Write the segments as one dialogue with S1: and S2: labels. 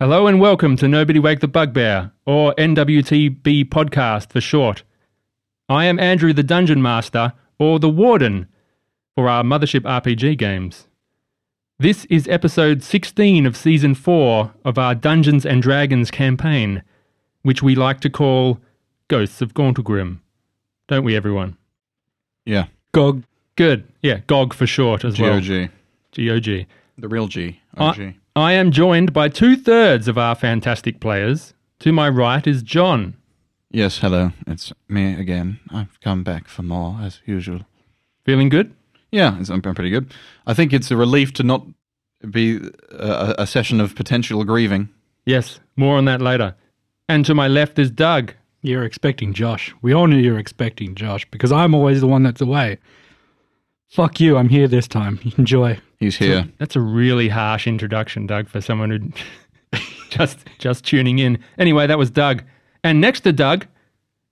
S1: Hello and welcome to Nobody Wake the Bugbear, or NWTB podcast for short. I am Andrew the Dungeon Master, or the Warden, for our Mothership RPG games. This is episode 16 of season 4 of our Dungeons and Dragons campaign, which we like to call Ghosts of Gauntlegrim. Don't we, everyone?
S2: Yeah,
S1: GOG. Good. Yeah, GOG for short as well.
S2: GOG,
S1: GOG.
S2: the real G, OG.
S1: I, I am joined by two thirds of our fantastic players. To my right is John.
S2: yes, hello, it's me again. I've come back for more as usual.
S1: Feeling good?
S2: Yeah, it's, I'm, I'm pretty good. I think it's a relief to not be uh, a, a session of potential grieving.
S1: Yes, more on that later. And to my left is Doug.
S3: You're expecting Josh. We all knew you were expecting Josh because I'm always the one that's away. Fuck you, I'm here this time. Enjoy.
S2: He's here.
S1: That's a really harsh introduction, Doug, for someone who just just tuning in. Anyway, that was Doug. And next to Doug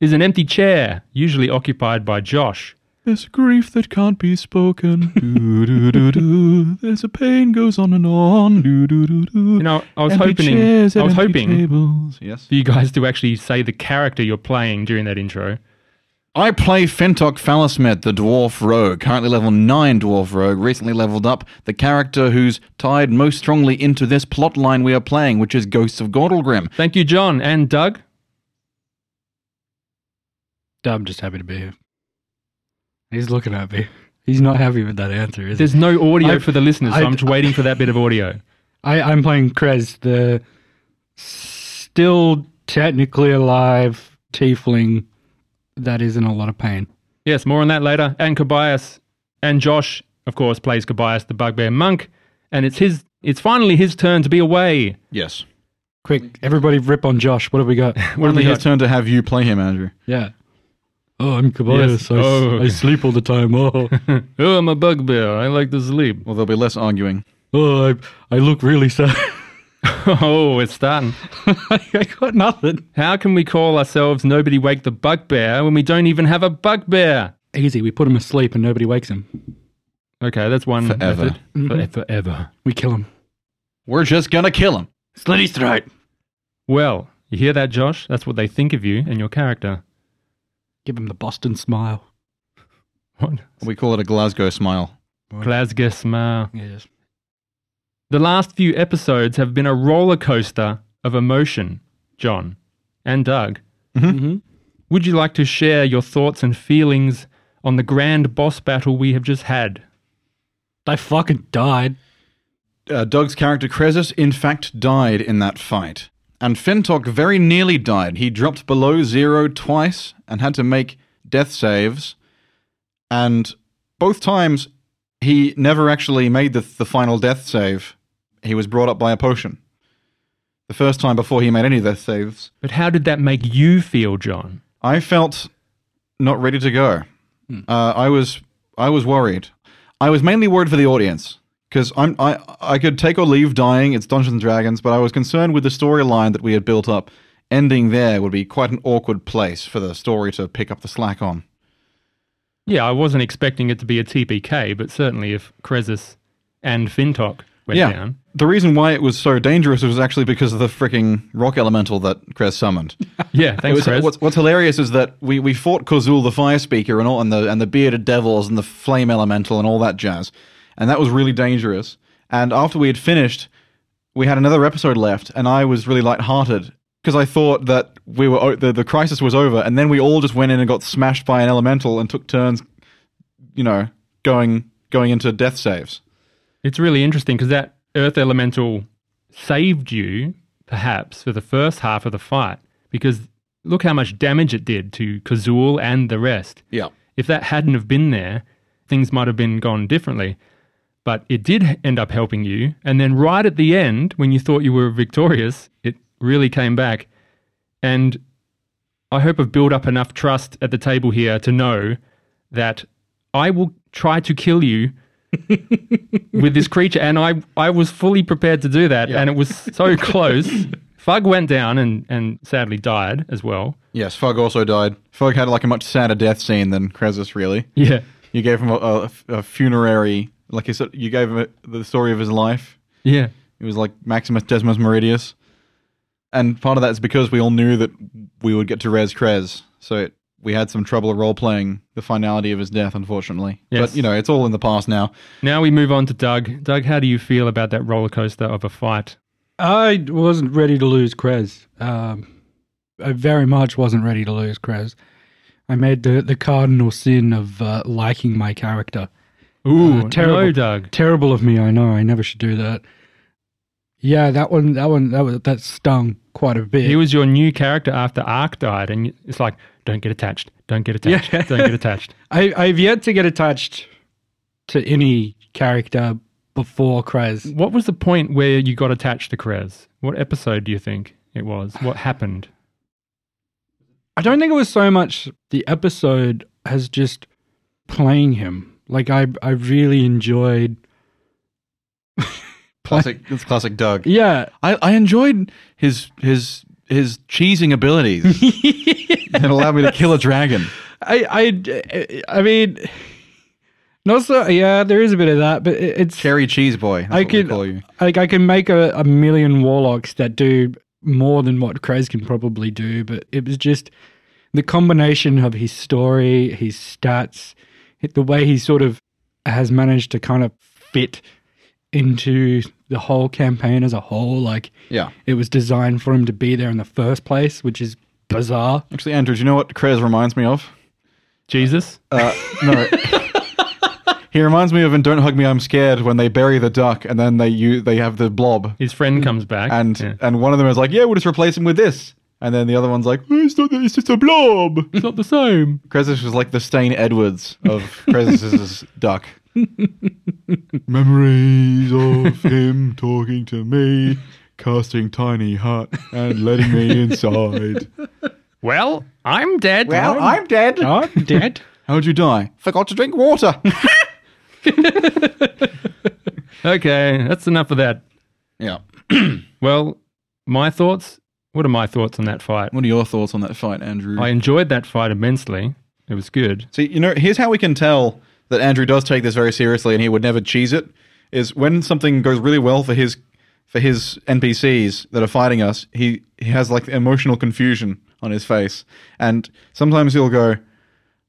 S1: is an empty chair, usually occupied by Josh.
S2: There's grief that can't be spoken. do, do, do, do. There's a pain goes on and on. Do, do, do, do.
S1: You know, I was hoping I was hoping
S2: Tables. Yes.
S1: for you guys to actually say the character you're playing during that intro.
S2: I play Fentok Falasmet, the Dwarf Rogue, currently level 9 Dwarf Rogue, recently leveled up, the character who's tied most strongly into this plot line we are playing, which is Ghosts of Gordlegrim.
S1: Thank you, John and Doug.
S3: I'm just happy to be here. He's looking at me. He's not happy with that answer, is he?
S1: There's no audio
S3: I-
S1: for the listeners, so
S3: I-
S1: I'm just waiting for that bit of audio.
S3: I, I'm playing Krez, the still technically alive tiefling that is in a lot of pain.
S1: Yes, more on that later. And Kobayas and Josh, of course, plays Kobayas the bugbear monk, and it's his. It's finally his turn to be away.
S2: Yes.
S3: Quick, everybody rip on Josh. What have we got?
S1: What have we
S2: Only his
S1: got?
S2: turn to have you play him, Andrew.
S3: yeah. Oh, I'm Kobayas.
S1: Yes.
S3: I,
S1: Oh,
S3: s-
S1: okay.
S3: I sleep all the time. Oh.
S1: Oh, I'm a bugbear. I like to sleep.
S2: Well, there'll be less arguing.
S3: Oh, I, I look really sad.
S1: oh, it's starting.
S3: I got nothing.
S1: How can we call ourselves Nobody Wake the Bugbear when we don't even have a bugbear?
S3: Easy. We put him asleep and nobody wakes him.
S1: Okay, that's one
S2: Forever.
S1: method.
S3: Mm-hmm.
S1: Fore- Forever.
S3: We kill him.
S2: We're just gonna kill him.
S3: Slit his throat.
S1: Well, you hear that, Josh? That's what they think of you and your character.
S3: Give him the Boston smile.
S1: What?
S2: We call it a Glasgow smile.
S1: Glasgow smile.
S3: Yes.
S1: The last few episodes have been a roller coaster of emotion, John and Doug.
S3: Mm-hmm.
S1: Would you like to share your thoughts and feelings on the grand boss battle we have just had?
S3: They fucking died.
S2: Uh, Doug's character Cresus, in fact, died in that fight. And Fentok very nearly died. He dropped below zero twice and had to make death saves. And both times, he never actually made the, the final death save. He was brought up by a potion. The first time before he made any death saves,
S1: But how did that make you feel, John?
S2: I felt not ready to go. Uh, I was I was worried. I was mainly worried for the audience because I'm I I could take or leave dying. It's Dungeons and Dragons, but I was concerned with the storyline that we had built up. Ending there would be quite an awkward place for the story to pick up the slack on.
S1: Yeah, I wasn't expecting it to be a TPK, but certainly if Krezus and Fintok went
S2: yeah.
S1: down.
S2: The reason why it was so dangerous was actually because of the freaking rock elemental that Krez summoned.
S1: Yeah,
S2: It
S1: thanks,
S2: was, uh,
S1: Krez.
S2: what's, what's hilarious is that we, we fought Kozul the Fire Speaker and all, and the and the bearded devils and the flame elemental and all that jazz, and that was really dangerous. And after we had finished, we had another episode left, and I was really lighthearted because I thought that we were o- the the crisis was over, and then we all just went in and got smashed by an elemental and took turns, you know, going going into death saves.
S1: It's really interesting because that Earth Elemental saved you, perhaps, for the first half of the fight because look how much damage it did to Kazul and the rest.
S2: Yeah.
S1: If that hadn't have been there, things might have been gone differently. But it did h- end up helping you, and then right at the end, when you thought you were victorious, it really came back. And I hope I've built up enough trust at the table here to know that I will try to kill you with this creature. And I, I was fully prepared to do that, and it was so close. Fug went down and, and sadly died as well.
S2: Yes. Fug also died. Fug had like a much sadder death scene than Krezus, really.
S1: Yeah.
S2: You gave him a, a, a funerary, like you said, you gave him a, the story of his life.
S1: Yeah.
S2: It was like Maximus Decimus Meridius. and part of that is because we all knew that we would get to Rez Krez, so it, we had some trouble role playing the finality of his death, unfortunately.
S1: Yes.
S2: But you know, it's all in the past now.
S1: Now we move on to Doug. Doug, how do you feel about that roller coaster of a fight?
S3: I wasn't ready to lose Krez. Um, I very much wasn't ready to lose Krez. I made the, the cardinal sin of uh, liking my character.
S1: Ooh,
S3: terrible.
S1: no, Doug.
S3: Terrible of me, I know. I never should do that. Yeah, that one, that one, that was, that stung quite a bit.
S1: He was your new character after Ark died, and it's like, don't get attached, don't get attached,
S3: Yeah.
S1: don't get attached.
S3: I, I've yet to get attached to any character before Krez.
S1: What was the point where you got attached to Krez? What episode do you think it was? What happened?
S3: I don't think it was so much the episode as just playing him. Like I, I really enjoyed.
S2: Classic. it's classic Doug.
S3: Yeah,
S2: I, I enjoyed his his his cheesing abilities that allowed me to kill a dragon.
S3: I, I, I mean, not so. Yeah, there is a bit of that, but it, it's
S2: Cherry cheese boy. That's
S3: I
S2: what we
S3: could-
S2: call you.
S3: like I can make a, a million warlocks that do more than what Krez can probably do, but it was just the combination of his story, his stats, the way he sort of has managed to kind of fit into the whole campaign as a whole. Like
S2: Yeah.
S3: it was designed for him to be there in the first place, which is bizarre.
S2: Actually, Andrew, do you know what Krez reminds me of?
S1: Jesus?
S2: Uh, no. he reminds me of in Don't Hug Me, I'm Scared when they bury the duck and then they you they have the blob
S1: His friend comes back.
S2: and
S1: Yeah.
S2: and one of them is like, yeah, we'll just replace him with this, and then the other one's like, "Oh, it's not, it's just a blob.
S1: it's not the same.
S2: Krezus was like the Stain Edwards of Krezus's duck. Memories of him talking to me, casting tiny hut and letting me inside.
S1: Well, I'm dead.
S2: dead.
S3: Oh, dead.
S2: How'd you die? Forgot to drink water.
S1: okay, that's enough of that.
S2: yeah.
S1: Well, my thoughts. What are my thoughts on that fight?
S2: What are your thoughts on that fight, Andrew?
S1: I enjoyed that fight immensely. It was good.
S2: See, you know, here's how we can tell that Andrew does take this very seriously and he would never cheese it is when something goes really well for his for his NPCs that are fighting us, he he has like emotional confusion on his face. And sometimes he'll go,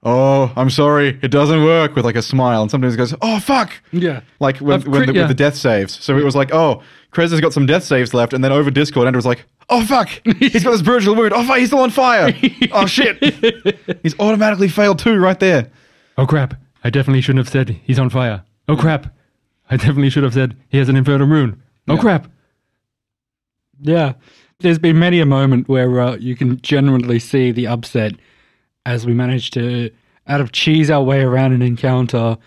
S2: "Oh, I'm sorry, it doesn't work" with like a smile, and sometimes he goes, "Oh, fuck."
S3: Yeah.
S2: Like when,
S1: I've
S2: when
S1: crit-
S2: the,
S1: yeah.
S2: with the death saves. So it was like, "Oh, Krez has got some death saves left," and then over Discord, Andrew was like, "Oh fuck, he's got this brutal wound. Oh fuck, he's still on fire. Oh shit, he's automatically failed too right there."
S1: Oh crap! I definitely shouldn't have said he's on fire.
S3: Hmm.
S1: Oh crap! I definitely should have said he has an infernal rune. Oh
S2: Yeah.
S1: crap!
S3: Yeah. There's been many a moment where uh, you can genuinely see the upset as we manage to out of cheese our way around an encounter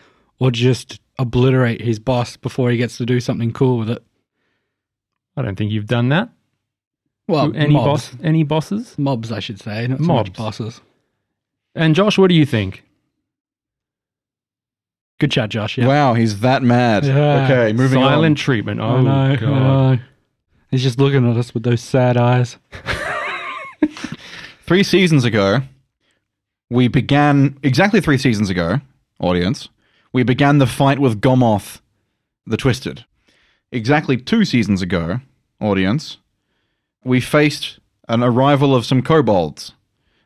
S3: or just obliterate his boss before he gets to do something cool with it.
S1: I don't think you've done that.
S3: Well,
S1: any
S3: mobs.
S1: boss? Any bosses?
S3: Mobs, I should say, not so
S1: Mobs.
S3: much bosses.
S1: And Josh, what do you think?
S3: Good chat, Josh. Yeah.
S2: Wow, he's that mad.
S3: Yeah.
S2: Okay, moving
S1: Silent treatment. Oh
S3: I know.
S1: god.
S3: I know. He's just looking at us with those sad eyes.
S2: on. Three seasons ago, we began exactly three seasons ago, audience. We began the fight with Gomoth, the Twisted. Exactly two seasons ago, audience, we faced an arrival of some kobolds.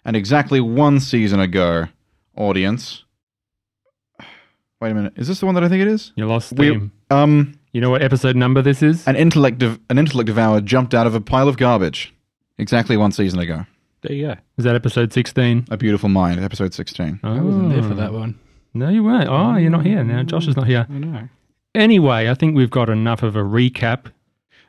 S2: And exactly one season ago, audience. Wait a minute, is this the one that I think it is?
S1: You lost
S2: We-
S1: steam.
S2: Um,
S1: You know what episode number this is?
S2: an intellect, dev- an intellect devourer jumped out of a pile of garbage. Exactly one season ago.
S3: There you go.
S1: Is that episode 16?
S2: A Beautiful Mind, episode 16.
S1: Oh.
S3: I wasn't there for that one.
S1: No, you weren't. Oh, you're not here. No, Josh is not here.
S3: I know.
S1: Anyway, I think we've got enough of a recap.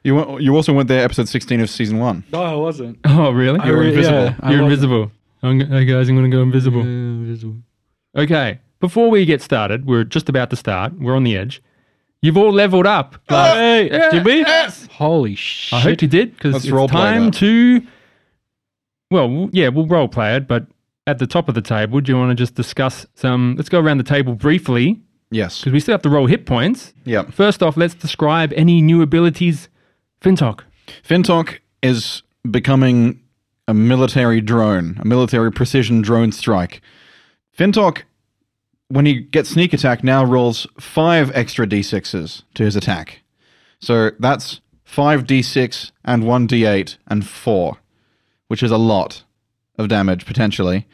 S2: You, wa- you also went there, episode 16 of season one.
S3: No, I wasn't.
S1: Oh, really?
S3: I
S1: You're,
S3: re-
S2: invisible.
S3: yeah, I
S1: you're
S3: wasn't.
S1: invisible. I'm, go- hey, guys, I'm going to go invisible.
S3: Yeah, invisible.
S1: Okay, before we get started, we're just about to start. We're on the edge. You've all leveled up.
S3: Hey,
S1: Yeah,
S3: did we?
S1: yes.
S3: Holy shit!
S1: I hope you did because
S2: Let's
S1: it's
S2: roleplay
S1: time
S2: that.
S1: to. Well, w- yeah, we'll role play it, but at the top of the table, do you want to just discuss some? Let's go around the table briefly
S2: Yes.
S1: because we still have to roll hit points.
S2: Yep.
S1: First off, let's describe any new abilities. Fintok.
S2: FinTalk is becoming a military drone, a military precision drone strike. FinTalk, when he gets sneak attack, now rolls five extra d6s to his attack. So that's five d6 and one d8 and four, which is a lot of damage potentially.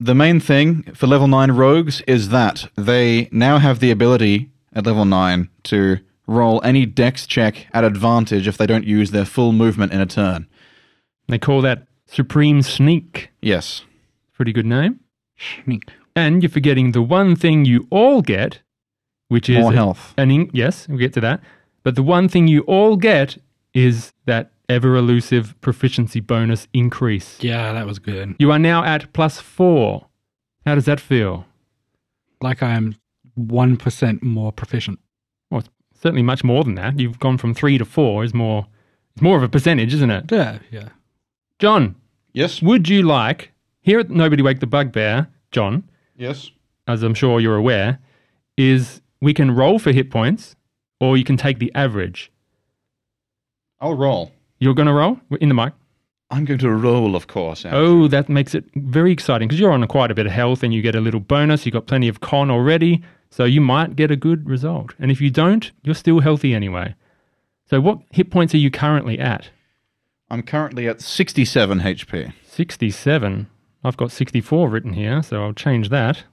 S2: The main thing for level nine rogues is that they now have the ability at level nine to roll any dex check at advantage if they don't use their full movement in a turn.
S1: They call that Supreme Sneak.
S2: Yes.
S1: Pretty good name.
S3: Schneek.
S1: And you're forgetting the one thing you all get, which is
S2: More
S1: a-
S2: health.
S1: an in- yes, we'll get to that. But the one thing you all get is that ever elusive proficiency bonus increase.
S3: Yeah, that was good.
S1: You are now at plus four. How does that feel?
S3: Like I am 1% more proficient.
S1: Well, it's certainly much more than that. You've gone from three to four. Is more. It's more of a percentage, isn't it?
S3: Yeah, yeah.
S1: John,
S2: Yes.
S1: would you like here at Nobody Wake the Bugbear, John?
S2: Yes.
S1: as I'm sure you're aware, is we can roll for hit points or you can take the average.
S2: I'll roll.
S1: You're going to roll in the mic.
S2: I'm going to roll, of course. Alex.
S1: Oh, that makes it very exciting because you're on quite a bit of health and you get a little bonus. You've got plenty of con already, so you might get a good result. And if you don't, you're still healthy anyway. So, what hit points are you currently at?
S2: I'm currently at 67 HP.
S1: 67. I've got 64 written here, so I'll change that.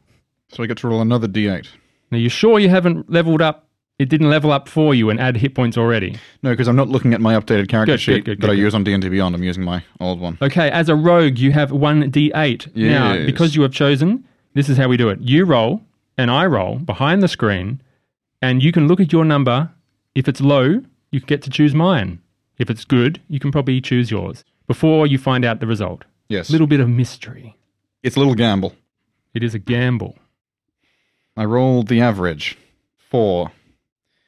S2: So I get to roll another d8.
S1: Now, you sure you haven't leveled up? It didn't level up for you and add hit points already.
S2: No, because I'm not looking at my updated character
S1: Good, good,
S2: sheet
S1: good,
S2: that
S1: good,
S2: I
S1: good.
S2: use on D&D Beyond. I'm using my old one.
S1: Okay, as a rogue, you have one d8. Now,
S2: Yes.
S1: because you have chosen, this is how we do it. You roll, and I roll behind the screen, and you can look at your number. If it's low, you can get to choose mine. If it's good, you can probably choose yours before you find out the result.
S2: Yes.
S1: Little bit of mystery.
S2: It's a little gamble.
S1: It is a gamble.
S2: I rolled the average. Four.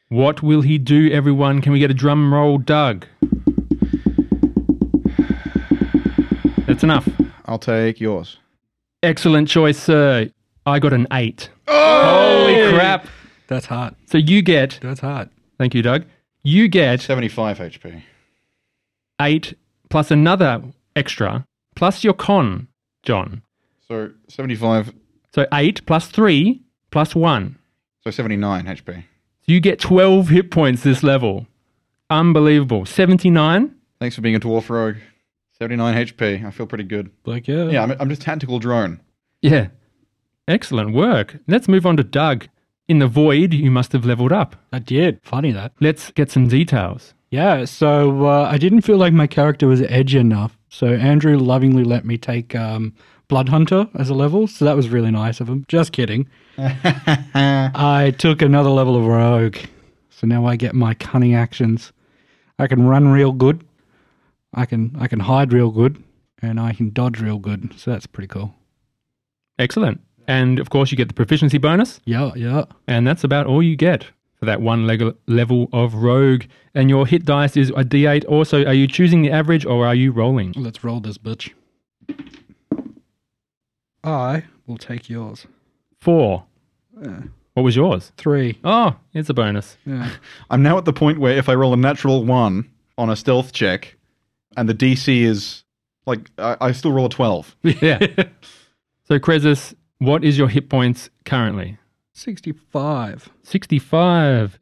S1: What will he do, everyone? Can we get a drum roll, Doug? That's enough.
S2: I'll take yours.
S1: Excellent choice, sir. I got an eight. Holy crap.
S3: That's hard.
S1: So you get,
S3: That's hard.
S1: thank you, Doug, you get
S2: 75 HP.
S1: eight plus another extra plus your con, John.
S2: So 75,
S1: So eight plus three plus one.
S2: so 79 HP.
S1: So you get 12 hit points this level. Unbelievable. 79.
S2: Thanks for being a dwarf rogue. 79 HP. I feel pretty good.
S3: Like, yeah.
S2: Yeah, I'm, I'm just tactical drone.
S1: Yeah. Excellent work. Let's move on to Doug. In the void, you must have leveled up.
S3: I did. Funny that.
S1: Let's get some details.
S3: Yeah, so uh, I didn't feel like my character was edgy enough. So Andrew lovingly let me take um, Blood Hunter as a level. So that was really nice of him. Just kidding. I took another level of Rogue. So now I get my cunning actions. I can run real good. I can I can hide real good, and I can dodge real good. So that's pretty cool.
S1: Excellent. And of course, you get the proficiency bonus.
S3: Yeah, yeah.
S1: And that's about all you get for that one leg- level of rogue. And your hit dice is a d8. Also, are you choosing the average or are you rolling?
S3: Let's roll this bitch. I will take yours.
S1: Four. What was yours?
S3: Three.
S1: Oh, it's a bonus.
S3: Yeah.
S2: I'm now at the point where if I roll a natural one on a stealth check, and the DC is like I, I still roll a twelve.
S1: Yeah. so, Krezus, what is your hit points currently?
S3: 65.
S1: 65.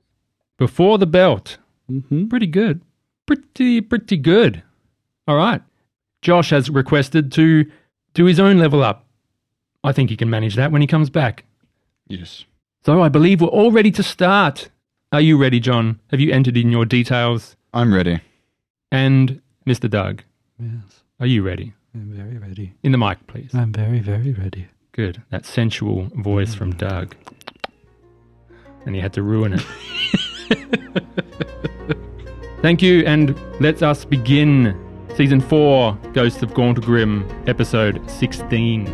S1: Before the belt.
S3: Mm-hmm.
S1: Pretty good. Pretty, pretty good. All right. Josh has requested to do his own level up. I think he can manage that when he comes back.
S2: Yes.
S1: So I believe we're all ready to start. Are you ready, John? Have you entered in your details?
S2: I'm ready.
S1: And Mr. Doug,
S3: Yes,
S1: are you ready?
S3: I'm very ready.
S1: In the mic, please.
S3: I'm very, very ready.
S1: Good. That sensual voice from Doug. And he had to ruin it. Thank you, and let us begin season four Ghosts of Gaunt Grim, episode 16.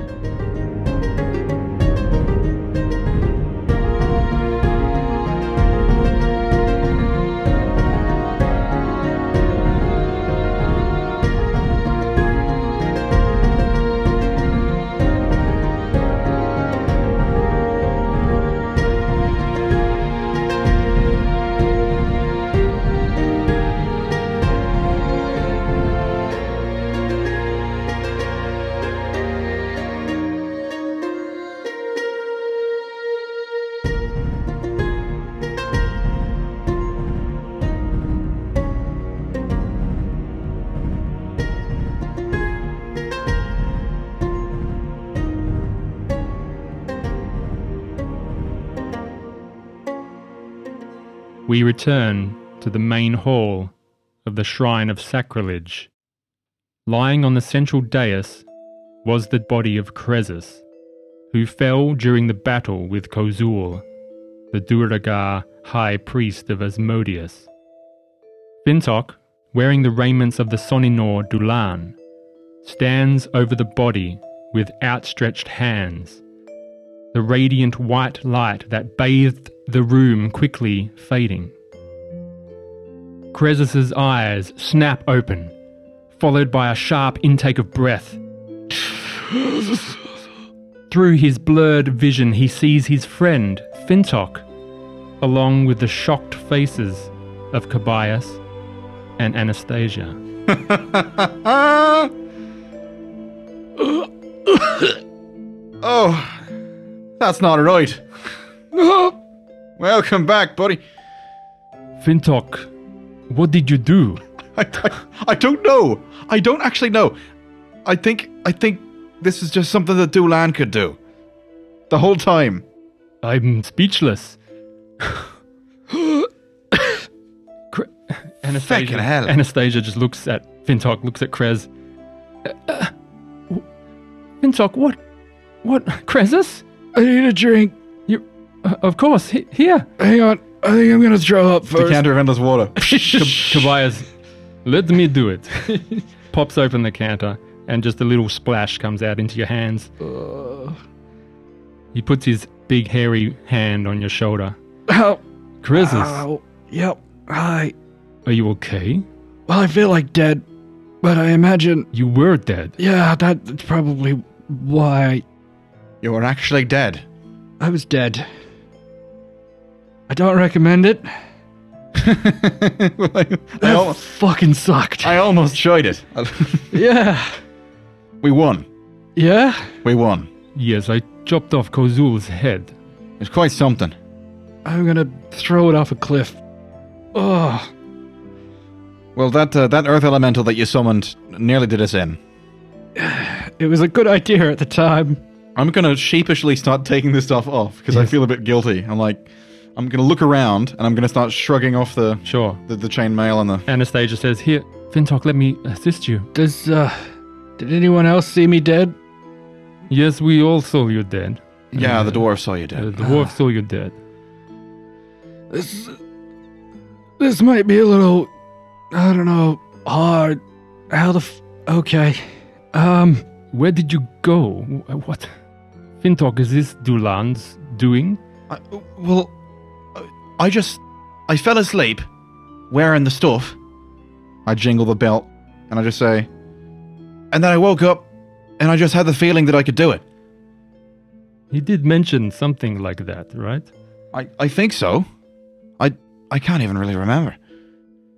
S1: we return to the main hall of the Shrine of Sacrilege. Lying on the central dais was the body of Cresus, who fell during the battle with Kozul, the Durgar high priest of Asmodeus. Fintok, wearing the raiments of the Soninor Dulan, stands over the body with outstretched hands. The radiant white light that bathed the room quickly fading. Cresus's eyes snap open, followed by a sharp intake of breath. Through his blurred vision, he sees his friend, Fintok, along with the shocked faces of Cobias and Anastasia.
S2: Oh, that's not right. Welcome back, buddy.
S1: Fintok, what did you do?
S2: I, I, I don't know. I don't actually know. I think I think this is just something that Doolan could do. The whole time.
S1: I'm speechless. Cre- Anastasia,
S2: Fucking hell.
S1: Anastasia just looks at Fintok, looks at Krez. Uh, uh, w- Fintok, what? What? Krezus?
S3: I need a drink.
S1: You, uh, of course, he- here.
S3: Hang on. I think I'm gonna throw up first.
S2: Decanter of endless water.
S1: Tobias, let me do it. Pops open the counter, and just a little splash comes out into your hands. He puts his big hairy hand on your shoulder.
S3: Ow.
S1: Krezus,
S3: Ow. Yep. Hi.
S1: are you okay?
S3: Well, I feel like dead, but I imagine,
S1: You were dead.
S3: yeah, that's probably why
S2: you were actually dead.
S3: I was dead. I don't recommend it.
S2: I,
S3: That
S2: al-
S3: fucking sucked.
S2: I almost tried it.
S3: yeah.
S2: we won.
S3: Yeah.
S2: We won.
S1: Yes, I chopped off Kozul's head.
S2: It's quite something.
S3: I'm gonna throw it off a cliff. Oh,
S2: Well, that uh, that earth elemental that you summoned nearly did us in.
S3: it was a good idea at the time.
S2: I'm gonna sheepishly start taking this stuff off because I feel a bit guilty. I'm like, I'm gonna look around and I'm gonna start shrugging off the
S1: Sure.
S2: the, the chain mail and the.
S1: Anastasia says, Here, Fintok, let me assist you.
S3: Does uh, did anyone else see me dead?
S1: Yes, we all saw you dead.
S2: Yeah, the dwarf saw you
S1: Uh,
S2: dead.
S1: the dwarf saw you dead.
S3: This, this might be a little, I don't know, hard. How the, f- okay, um,
S1: Where did you go? Wh- uh, What? Fintok, is this Dulan's doing?
S2: I, well, I- I just I fell asleep wearing the stuff. I jingle the belt and I just say, and then I woke up and I just had the feeling that I could do it.
S1: He did mention something like that, right?
S2: I I think so. I I can't even really remember.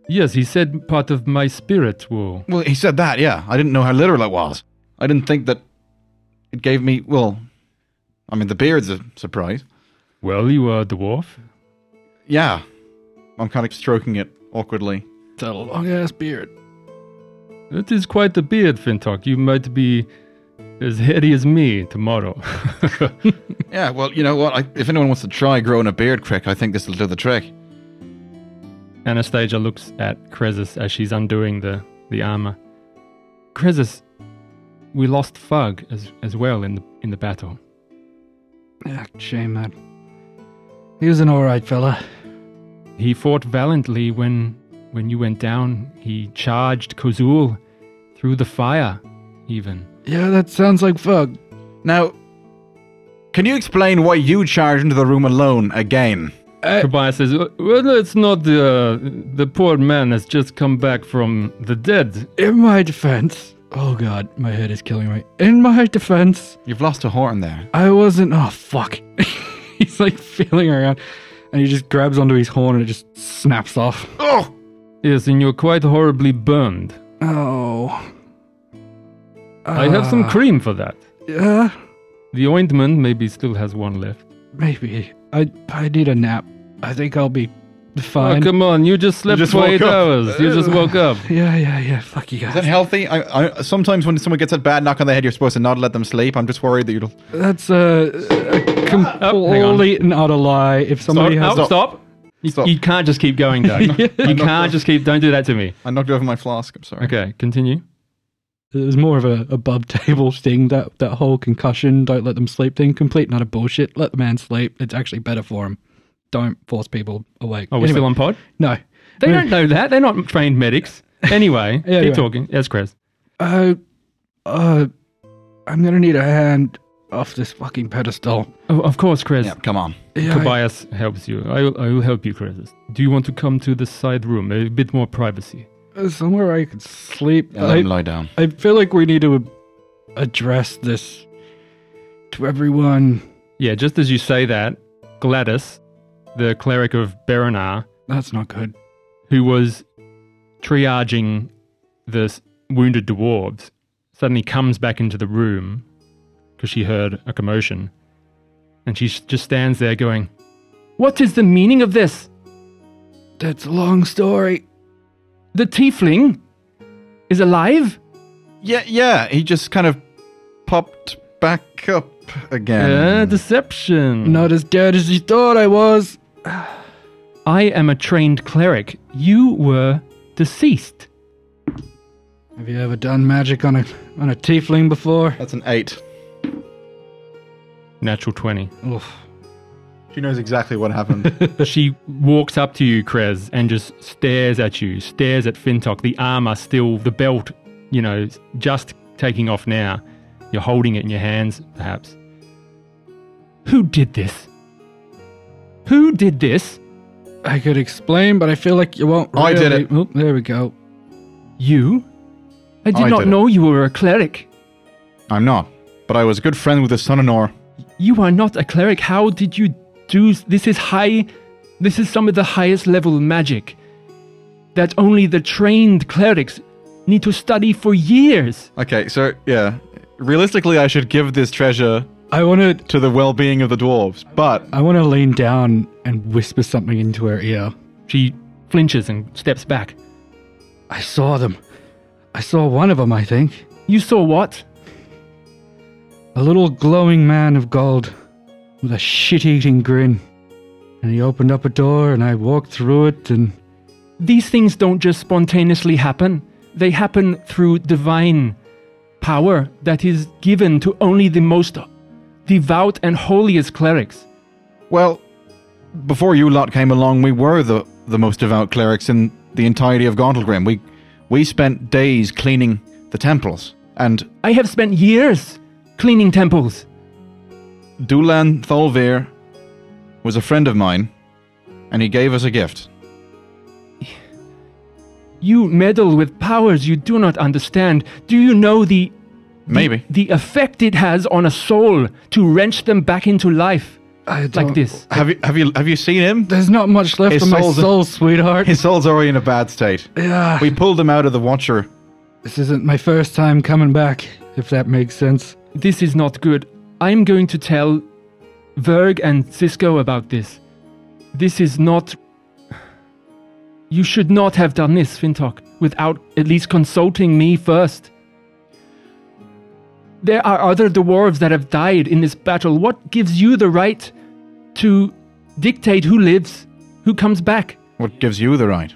S1: Yes, he said part of my spirit will.
S2: Well, he said that, yeah. I didn't know how literal it was. I didn't think that it gave me, well, I mean, the beard's a surprise.
S1: Well, you are a dwarf.
S2: Yeah. I'm kind of stroking it awkwardly.
S3: it's a long ass beard.
S1: That is quite a beard, Fintok. You might be as hairy as me tomorrow.
S2: Yeah, well, you know what? I, if anyone wants to try growing a beard quick, I think this will do the trick.
S1: Anastasia looks at Cresus as she's undoing the, the armor. Cresus, we lost Fug as, as well in the, in the battle.
S3: Yeah, shame that. He was an alright fella.
S1: He fought valiantly when when you went down. He charged Kozul through the fire, even.
S3: Yeah, that sounds like Fug.
S2: Now, can you explain why you charged into the room alone again?
S3: Uh,
S1: Tobias says, "Well, it's not the the poor man has just come back from the dead.
S3: In my defense, oh god, my head is killing me. In my defense,
S2: You've lost a horn there.
S3: I wasn't. Oh fuck! He's like feeling around, and he just grabs onto his horn and it just snaps off.
S2: Oh!
S1: Yes, and you're quite horribly burned.
S3: Oh.
S1: I have some
S3: Uh,
S1: cream for that.
S3: Yeah,
S1: The ointment maybe still has one left.
S3: maybe. I I need a nap. I think I'll be
S1: Oh,
S3: fine.
S1: come on, you just slept
S2: just
S1: for
S2: woke
S1: eight
S2: up.
S1: hours. You just woke up.
S3: yeah, yeah, yeah. Fuck you
S2: Is that
S3: guys.
S2: healthy? I, I, sometimes when someone gets a bad knock on the head, you're supposed to not let them sleep. I'm just worried that you'll.
S3: That's uh, a, a
S1: Oh, hang on.
S3: complete and utter lie. If somebody
S1: Stop,
S3: has
S1: oh, stop. You,
S2: Stop.
S1: you can't just keep going, Doug. you can't just keep. Don't do that to me.
S2: I knocked over my flask. I'm sorry.
S1: Okay, continue. Oh,
S3: It was more of a above table thing. That that whole concussion, don't let them sleep thing, complete not a bullshit. Let the man sleep. It's actually better for him. Don't force people awake.
S1: Oh, we're still on pod.
S3: No.
S1: They don't know that. They're not trained medics. Anyway, keep
S3: anyway.
S1: talking. That's Chris.
S3: Uh, uh, I'm gonna need a hand off this fucking pedestal.
S1: Oh, of course, Chris.
S2: Yeah, come on.
S3: Yeah, I-
S1: Tobias helps you. I will, I will help you, Chris. Do you want to come to the side room? A bit more privacy.
S3: uh, somewhere I could sleep.
S2: Yeah, let him
S3: I,
S2: lie down.
S3: I feel like we need to address this to everyone.
S1: Yeah, just as you say that, Gladys, the cleric of Berenar,
S3: That's not good.
S1: who was triaging the s- wounded dwarves, suddenly comes back into the room because she heard a commotion. And she s- just stands there going, What is the meaning of this?
S3: That's a long story.
S1: The tiefling is alive?
S2: Yeah, yeah. He just kind of popped back up again.
S1: Uh, deception.
S3: Not as dead as you thought I was.
S1: I am a trained cleric. You were deceased.
S3: Have you ever done magic on a on a tiefling before?
S2: That's an eight.
S1: Natural 20.
S3: Oof.
S2: She knows exactly what happened.
S1: she walks up to you, Krez, and just stares at you, stares at Fintok, the armor still, the belt, you know, is just taking off now. You're holding it in your hands, perhaps. Who did this? Who did this?
S3: I could explain, but I feel like you won't.
S2: I did
S3: really-
S2: it.
S3: Oop, there we go.
S1: You? I did
S2: I
S1: not
S2: did it.
S1: know you were a cleric.
S2: I'm not, but I was a good friend with the Sononor.
S1: You are not a cleric. How did you do s- this? Is high. This is some of the highest level magic that only the trained clerics need to study for years.
S2: Okay, so yeah, realistically, I should give this treasure
S3: I want to.
S2: to the well-being of the dwarves, but
S3: I want to lean down and whisper something into her ear.
S1: She flinches and steps back.
S3: I saw them. I saw one of them. I think
S1: You saw what?
S3: a little glowing man of gold, with a shit-eating grin, and he opened up a door, and I walked through it, and
S1: These things don't just spontaneously happen. They happen through divine power that is given to only the most devout and holiest clerics.
S2: well, before you lot came along, we were the the most devout clerics in the entirety of Gondelgrim. We we spent days cleaning the temples, and
S1: I have spent years cleaning temples.
S2: Dulan Tholvir was a friend of mine, and he gave us a gift.
S1: You meddle with powers you do not understand. Do you know the
S2: Maybe.
S1: the effect it has on a soul to wrench them back into life
S3: I don't,
S1: like this?
S2: Have you have you have you seen him?
S3: There's not much left
S2: His
S3: of my
S2: soul's a-
S3: soul, sweetheart.
S2: His soul's already in a bad state.
S3: yeah,
S2: We pulled him out of the Watcher.
S3: this isn't my first time coming back. If that makes sense.
S1: This is not good. I'm going to tell Verg and Cisco about this. This is not You should not have done this, Fintok, without at least consulting me first. There are other dwarves that have died in this battle. What gives you the right to dictate who lives, who comes back?
S2: What gives you the right?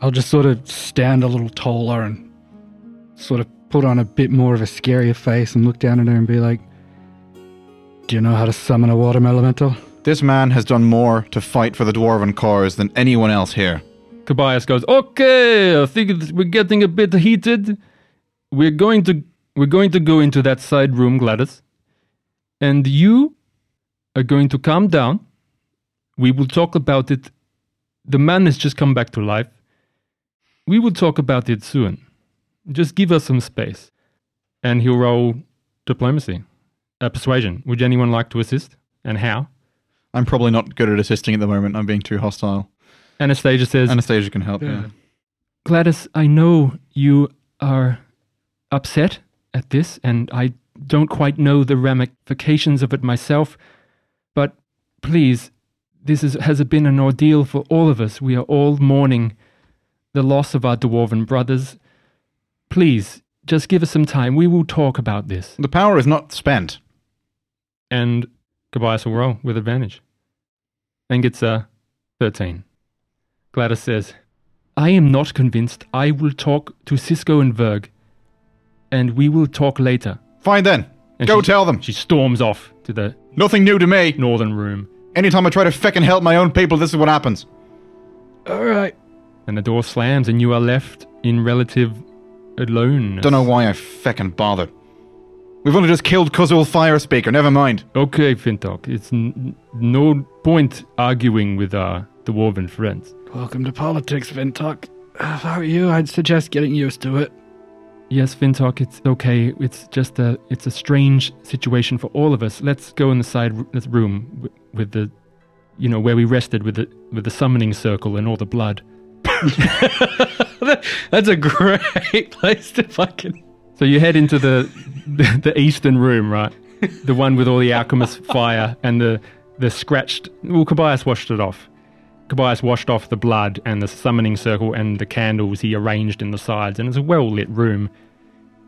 S3: I'll just sort of stand a little taller and sort of put on a bit more of a scarier face and look down at her and be like, Do you know how to summon a water elemental?
S2: This man has done more to fight for the dwarven cause than anyone else here.
S1: Tobias goes, "Okay, I think it's- we're getting a bit heated. We're going to we're going to go into that side room, Gladys, and you are going to calm down. We will talk about it. The man has just come back to life. We will talk about it soon. Just give us some space." And he'll roll diplomacy, uh, persuasion. Would anyone like to assist, and how?
S2: I'm probably not good at assisting at the moment. I'm being too hostile.
S1: Anastasia says,
S2: Anastasia can help. Yeah.
S1: Gladys, I know you are upset at this, and I don't quite know the ramifications of it myself, but please, this is, has been an ordeal for all of us. We are all mourning the loss of our dwarven brothers. Please, just give us some time. We will talk about this.
S2: The power is not spent.
S1: And Tobias will roll with advantage and gets a 13. uh, Gladys says, I am not convinced. I will talk to Cisco and Verg, and we will talk later.
S2: Fine then.
S1: And
S2: Go
S1: she-
S2: tell them.
S1: She storms off to the
S2: Nothing new to me.
S1: northern room,
S2: Anytime I try to feckin' help my own people, this is what happens.
S3: All right.
S1: and the door slams, and you are left in relative alone.
S2: Don't know why I feckin' bothered. We've only just killed Kuzul Fire Speaker, never mind.
S1: Okay, Fintok, it's n- no point arguing with our dwarven friends.
S3: Welcome to politics, Vintok. If I were you, I'd suggest getting used to it.
S1: Yes, Fintok, it's okay. It's just a it's a strange situation for all of us. Let's go in the side r- this room w- with the, you know, where we rested with the with the summoning circle and all the blood.
S3: That's a great place to fucking.
S1: So you head into the the, the eastern room, right? The one with all the alchemist fire and the the scratched. Well, Kobayas washed it off. Kobayas washed off the blood and the summoning circle and the candles he arranged in the sides, and it's a well lit room.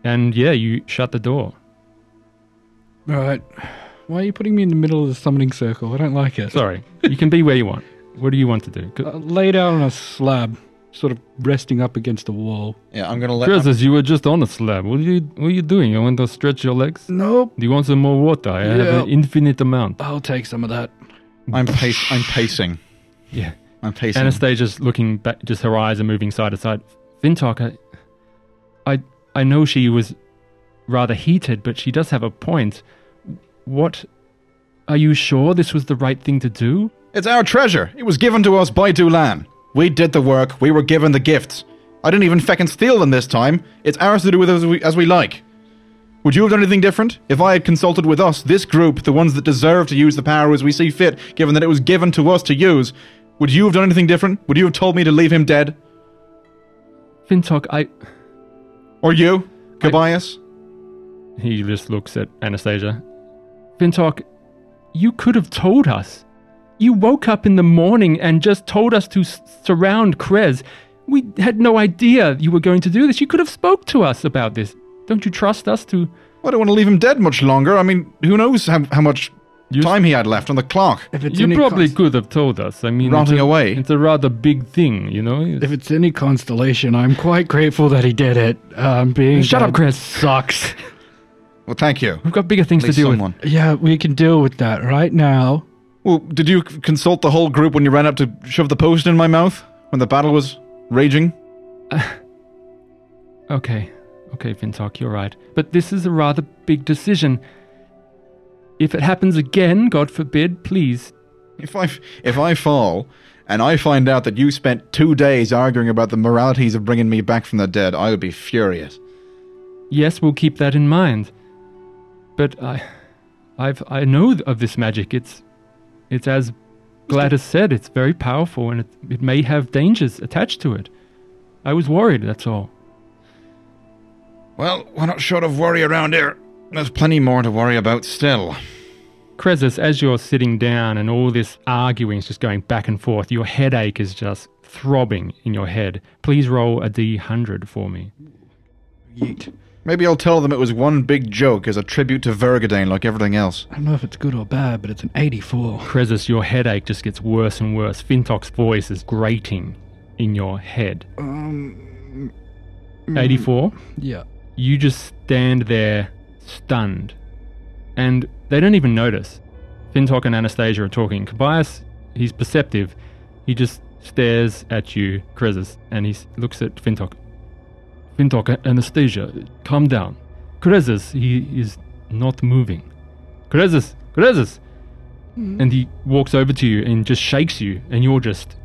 S1: And yeah, you shut the door.
S3: All right. Why are you putting me in the middle of the summoning circle? I don't like it.
S1: Sorry, you can be where you want. What do you want to do?
S3: Uh, lay down on a slab, sort of resting up against the wall.
S2: Yeah, I'm gonna let.
S3: uh,
S1: Chris, as you were just on a slab. What are you What are you doing? You want to stretch your legs? Do
S3: Nope.
S1: you want some more water? I
S3: Yeah. Uh,
S1: have an infinite amount.
S3: I'll take some of that.
S2: I'm, pace, I'm pacing.
S1: Yeah.
S2: I'm pacing.
S1: Anastasia's looking back, just her eyes are moving side to side. Vintok, I, I, I know she was rather heated, but she does have a point. What? Are you sure this was the right thing to do?
S2: It's our treasure. It was given to us by Dulan. We did the work. We were given the gifts. I didn't even feckin' steal them this time. It's ours to do with as we, as we like. Would you have done anything different? If I had consulted with us, this group, the ones that deserve to use the power as we see fit, given that it was given to us to use, would you have done anything different? Would you have told me to leave him dead?
S1: Vintok, I.
S2: Or you, Kobayas?
S1: He just looks at Anastasia. Vintok, you could have told us. You woke up in the morning and just told us to s- surround Krez. We had no idea you were going to do this. You could have spoke to us about this. Don't you trust us to?
S2: I don't want to leave him dead much longer. I mean, who knows how, how much
S1: You-
S2: time he had left on the clock?
S3: If it's
S1: You
S3: any
S1: probably
S3: cons-
S1: could have told us. I mean,
S2: Rotting
S1: it's a,
S2: away.
S1: It's a rather big thing, you know. It's-
S3: if it's any constellation, I'm quite grateful that he did it. Um, being
S1: Shut
S3: dead
S1: up, Chris.
S3: sucks.
S2: Well, thank you.
S1: We've got bigger things
S2: At
S1: to
S2: least
S1: deal
S2: someone.
S3: Yeah, we can deal with that right now.
S2: Well, did you c- consult the whole group when you ran up to shove the post in my mouth when the battle was raging?
S1: with. Okay, okay, Fintok, you're right. But this is a rather big decision. If it happens again, God forbid, please.
S2: If I f- if I fall and I find out that you spent two days arguing about the moralities of bringing me back from the dead, I would be furious.
S1: Yes, we'll keep that in mind. But I, I've I know th- of this magic. It's, it's as Gladys said. It's very powerful, and it, it may have dangers attached to it. I was worried. That's all.
S2: Well, we're not short of worry around here. There's plenty more to worry about still.
S1: Krezus, as you're sitting down and all this arguing is just going back and forth, your headache is just throbbing in your head. Please roll a d100 for me.
S3: Yeet.
S2: Maybe I'll tell them it was one big joke as a tribute to Vergadane like everything else.
S3: I don't know if it's good or bad, but it's an 84.
S1: Krezus, your headache just gets worse and worse. Fintok's voice is grating in your head.
S3: Um,
S1: 84.
S3: yeah.
S1: You just stand there stunned. And they don't even notice. Fintok and Anastasia are talking. Kobayas, he's perceptive. He just stares at you, Krezus, and he s- looks at Fintok. Fintok, A- Anastasia, calm down. Krezus, he is not moving. Krezus, Krezus! And he walks over to you and just shakes you, and you're just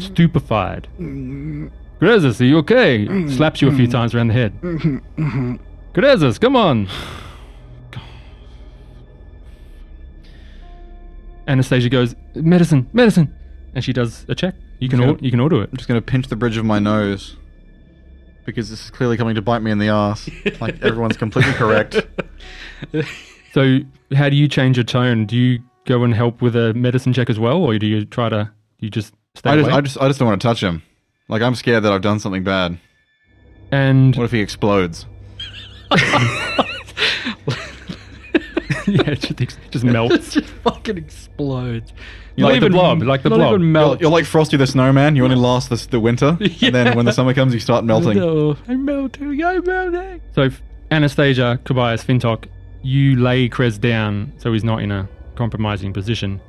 S1: stupefied. Krezus, are you okay? Slaps you a few times around the head. Krezus, come on! Anastasia goes, medicine, medicine, and she does a check. You can
S2: Okay.
S1: or, you can order it.
S2: I'm just going to pinch the bridge of my nose because this is clearly coming to bite me in the ass. like everyone's completely correct.
S1: So, how do you change your tone? Do you go and help with a medicine check as well, or do you try to you just stay
S2: I just,
S1: away?
S2: I just, I just don't want to touch him. Like I'm scared that I've done something bad.
S1: and
S2: What if he explodes?
S1: yeah, it just, ex- just melts.
S3: It just fucking explodes.
S1: You're like the blob, like the
S3: not
S1: blob.
S3: Even
S2: You're,
S3: melt.
S2: you're like Frosty the Snowman. You only last this, the winter, and then when the summer comes, you start melting.
S3: No, I'm melting. I'm melting.
S1: So f- Anastasia, Kobayas, Fintok, you lay Krez down so he's not in a compromising position,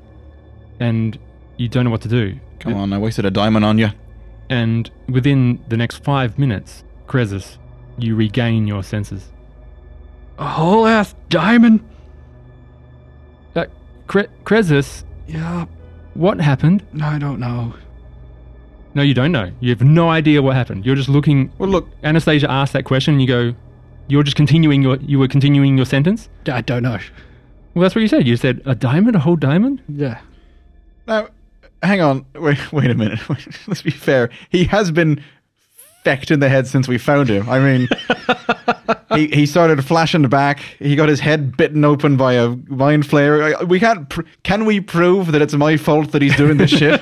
S1: and you don't know what to do.
S2: Come on, I wasted a diamond on you.
S1: And within the next five minutes, Krezus, you regain your senses.
S3: A whole ass diamond.
S1: Uh, Kre- Krezus,
S3: Yeah,
S1: what happened?
S3: I don't know.
S1: No, you don't know. You have no idea what happened. You're just looking.
S2: Well, look,
S1: Anastasia asked that question, and you go, "You're just continuing your. You were continuing your sentence."
S3: I don't know.
S1: Well, that's what you said. You said a diamond, a whole diamond.
S3: Yeah.
S2: now, hang on. Wait, wait a minute. Let's be fair. He has been fecked in the head since we found him. I mean, he, he started flashing back. He got his head bitten open by a mind flare. I- We can't. Pr- can we prove that it's my fault that he's doing this shit?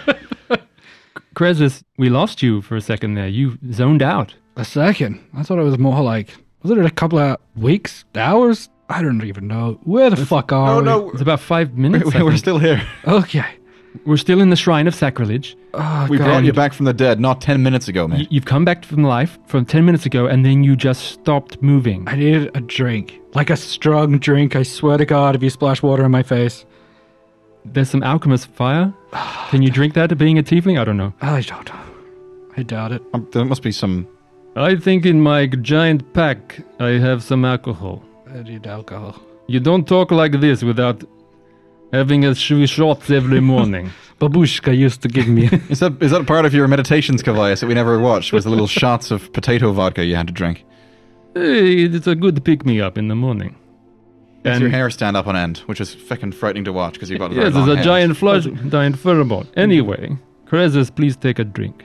S1: Krezus, we lost you for a second there. You zoned out.
S3: A second. I thought it was more like, was it a couple of weeks, hours? I don't even know. Where the fuck are
S2: Oh
S3: we?
S2: no,
S1: It's about five minutes. I
S2: we,
S1: think.
S2: we're still here.
S3: Okay.
S1: We're still in the shrine of sacrilege.
S3: Oh,
S2: We
S3: God.
S2: brought you back from the dead not ten minutes ago, man.
S1: Y- You've come back from life from ten minutes ago, and then you just stopped moving.
S3: I needed a drink. Like a strong drink. I swear to God, if you splash water in my face.
S1: There's some alchemist fire. Can you drink that? Being a tiefling, I don't know.
S3: I don't know. I doubt it.
S2: Um, there must be some.
S1: I think in my giant pack, I have some alcohol.
S3: I need alcohol.
S1: You don't talk like this without having a few shots every morning.
S3: Babushka used to give me.
S2: Is that is that part of your meditations, Kavias, that we never watched? Was the little shots of potato vodka you had to drink?
S1: Hey, it's a good pick me up in the morning.
S2: Does your
S1: And
S2: hair stand up on end, which is fucking frightening to watch because you've got very
S1: yes,
S2: long
S1: it's a
S2: hair.
S1: giant flush,
S2: Oh,
S1: giant furball. Anyway, Krezis, please take a drink.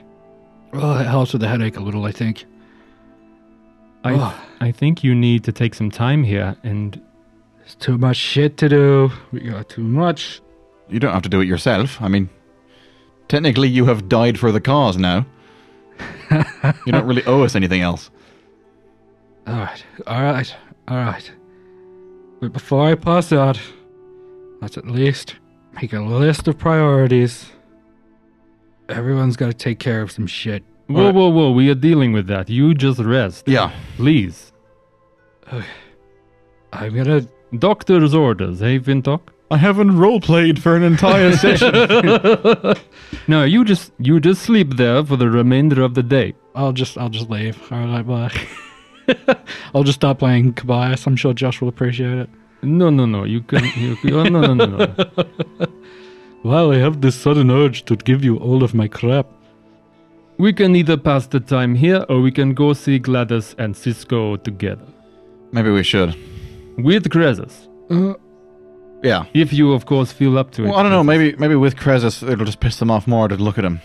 S3: oh, it helps with the headache a little, I think.
S1: I,
S3: Oh.
S1: I think you need to take some time here and
S3: There's too much shit to do. We got too much.
S2: You don't have to do it yourself. I mean, technically, you have died for the cause now. you don't really owe us anything else.
S3: All right, all right, all right. But before I pass out, let's at least make a list of priorities. Everyone's got to take care of some shit.
S1: Whoa,
S2: Alright.
S1: whoa, whoa, we are dealing with that. You just rest,
S2: Yeah.
S1: please.
S3: I'm gonna.
S1: Doctor's orders, hey, Vintok?
S2: I haven't roleplayed for an entire session.
S1: No, you just you just sleep there for the remainder of the day.
S3: I'll just. I'll just leave. All right, bye. I'll just stop playing Kobayas. I'm sure Josh will appreciate it.
S1: No, no, no, you can. You, oh, no, no, no, no.
S3: Well, I have this sudden urge to give you all of my crap.
S1: We can either pass the time here or we can go see Gladys and Cisco together.
S2: Maybe we should.
S1: With Cresus.
S3: Uh,
S2: Yeah.
S1: If you, of course, feel up to it.
S2: Well, I don't know.
S1: Cresus.
S2: Maybe maybe with Krezus, it'll just piss them off more to look at him.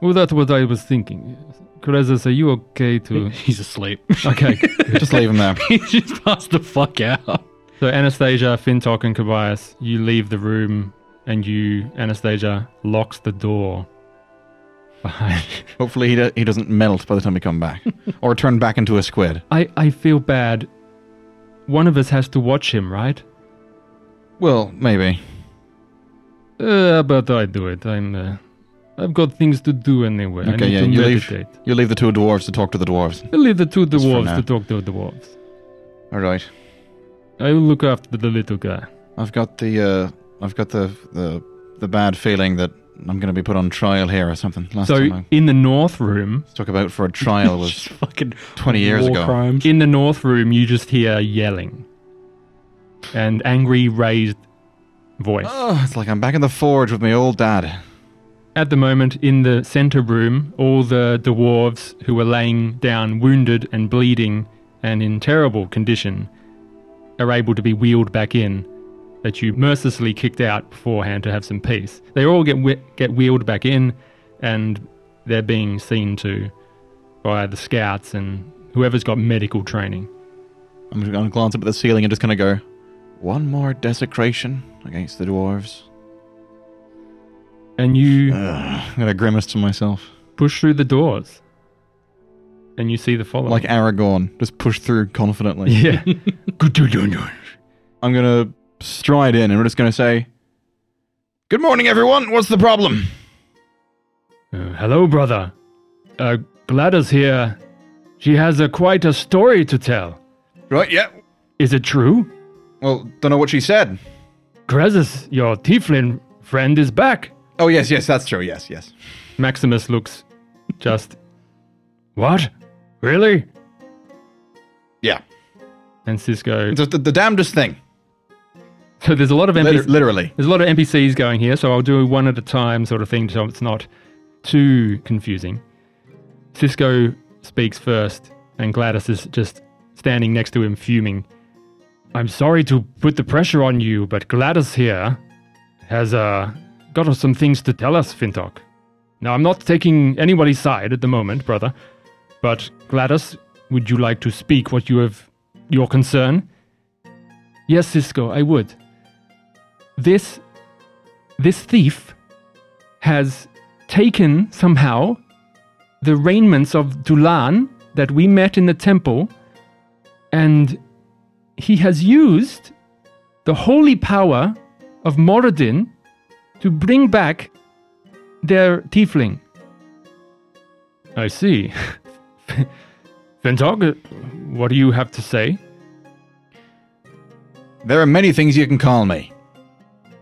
S1: Well, that's what I was thinking. Cresus, are you okay to.
S3: he's asleep.
S1: Okay.
S2: Just leave him there.
S3: he just passed the fuck out.
S1: so, Anastasia, Fintok, and Kobayas, you leave the room and you, Anastasia, locks the door behind.
S2: Hopefully, he, do- he doesn't melt by the time we come back, or turn back into a squid.
S1: I, I feel bad. One of us has to watch him, right?
S2: Well, maybe.
S1: Uh, but I do it. I'm. Uh, I've got things to do anyway. I
S2: Okay,
S1: need
S2: yeah,
S1: to
S2: you leave.
S1: meditate.
S2: You leave the two dwarves to talk to the dwarves.
S1: I'll leave the two
S2: Just for
S1: dwarves
S2: now.
S1: to talk to the dwarves.
S2: All right.
S1: I will look after the little guy.
S2: I've got the uh, I've got the the the bad feeling that I'm going to be put on trial here or something. Last
S1: so,
S2: time I
S1: in the north room,
S2: took about for a trial was
S3: fucking
S2: 20 years
S3: war
S2: ago.
S3: crimes.
S1: in the north room, you just hear yelling and angry raised voice.
S2: Oh, it's like I'm back in the forge with my old dad.
S1: At the moment, in the center room, all the dwarves who were laying down wounded and bleeding and in terrible condition are able to be wheeled back in that you mercilessly kicked out beforehand to have some peace. They all get whe- get wheeled back in and they're being seen to by the scouts and whoever's got medical training.
S2: I'm going to glance up at the ceiling and just kind of go, one more desecration against the dwarves.
S1: And you
S2: Ugh, I'm going to grimace to myself.
S1: push through the doors and you see the following.
S2: Like Aragorn, just push through confidently.
S1: yeah.
S2: I'm going to stride in, and we're just going to say, "Good morning, everyone. What's the problem?"
S1: Uh, hello, brother. Uh, Gladys here. She has a, quite a story to tell.
S2: Right? Yeah.
S1: Is it true?
S2: Well, don't know what she said.
S1: Krezus, your tieflin friend, is back.
S2: Oh yes, yes, that's true. Yes, yes.
S1: Maximus looks just. what? Really?
S2: Yeah.
S1: And Cisco.
S2: The, the, the damnedest thing.
S1: So there's a lot of NPCs.
S2: Liter- literally.
S1: There's a lot of NPCs going here, so I'll do one at a time sort of thing so it's not too confusing. Cisco speaks first, and Gladys is just standing next to him, fuming. I'm sorry to put the pressure on you, but Gladys here has uh, got us some things to tell us, Fintok. Now, I'm not taking anybody's side at the moment, brother, but Gladys, would you like to speak what you have your concern? Yes, Cisco, I would this this thief has taken somehow the raiments of Dulan that we met in the temple and he has used the holy power of Moradin to bring back their tiefling. I see. Ventog, what do you have to say?
S2: There are many things you can call me.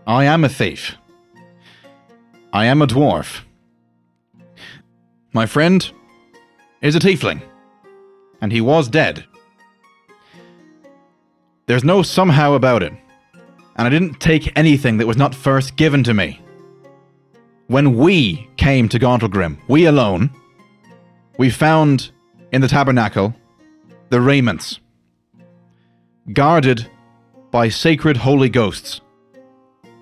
S2: I am a thief. I am a dwarf. My friend is a tiefling, and he was dead. There's no somehow about it, and I didn't take anything that was not first given to me. When we came to Gauntlegrim, we alone, we found in the tabernacle the raiments, guarded by sacred holy ghosts.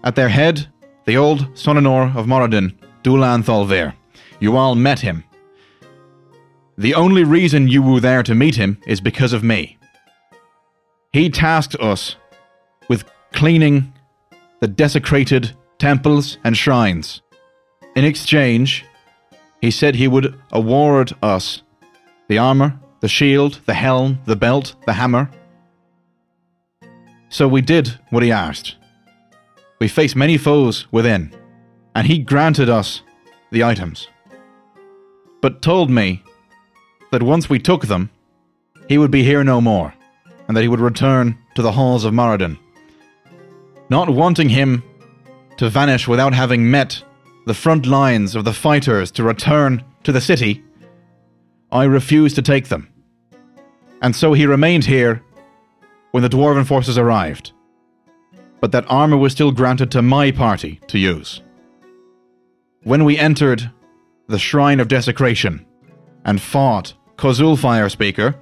S2: At their head, the old Sonanor of Moradin, Dulan Thalvir. You all met him. The only reason you were there to meet him is because of me. He tasked us with cleaning the desecrated temples and shrines. In exchange, he said he would award us the armor, the shield, the helm, the belt, the hammer. So we did what he asked. We face many foes within, and he granted us the items, but told me that once we took them, he would be here no more, and that he would return to the halls of Maradon. Not wanting him to vanish without having met the front lines of the fighters to return to the city, I refused to take them. And so he remained here when the dwarven forces arrived but that armor was still granted to my party to use. When we entered the Shrine of Desecration and fought Kozul Fire Speaker,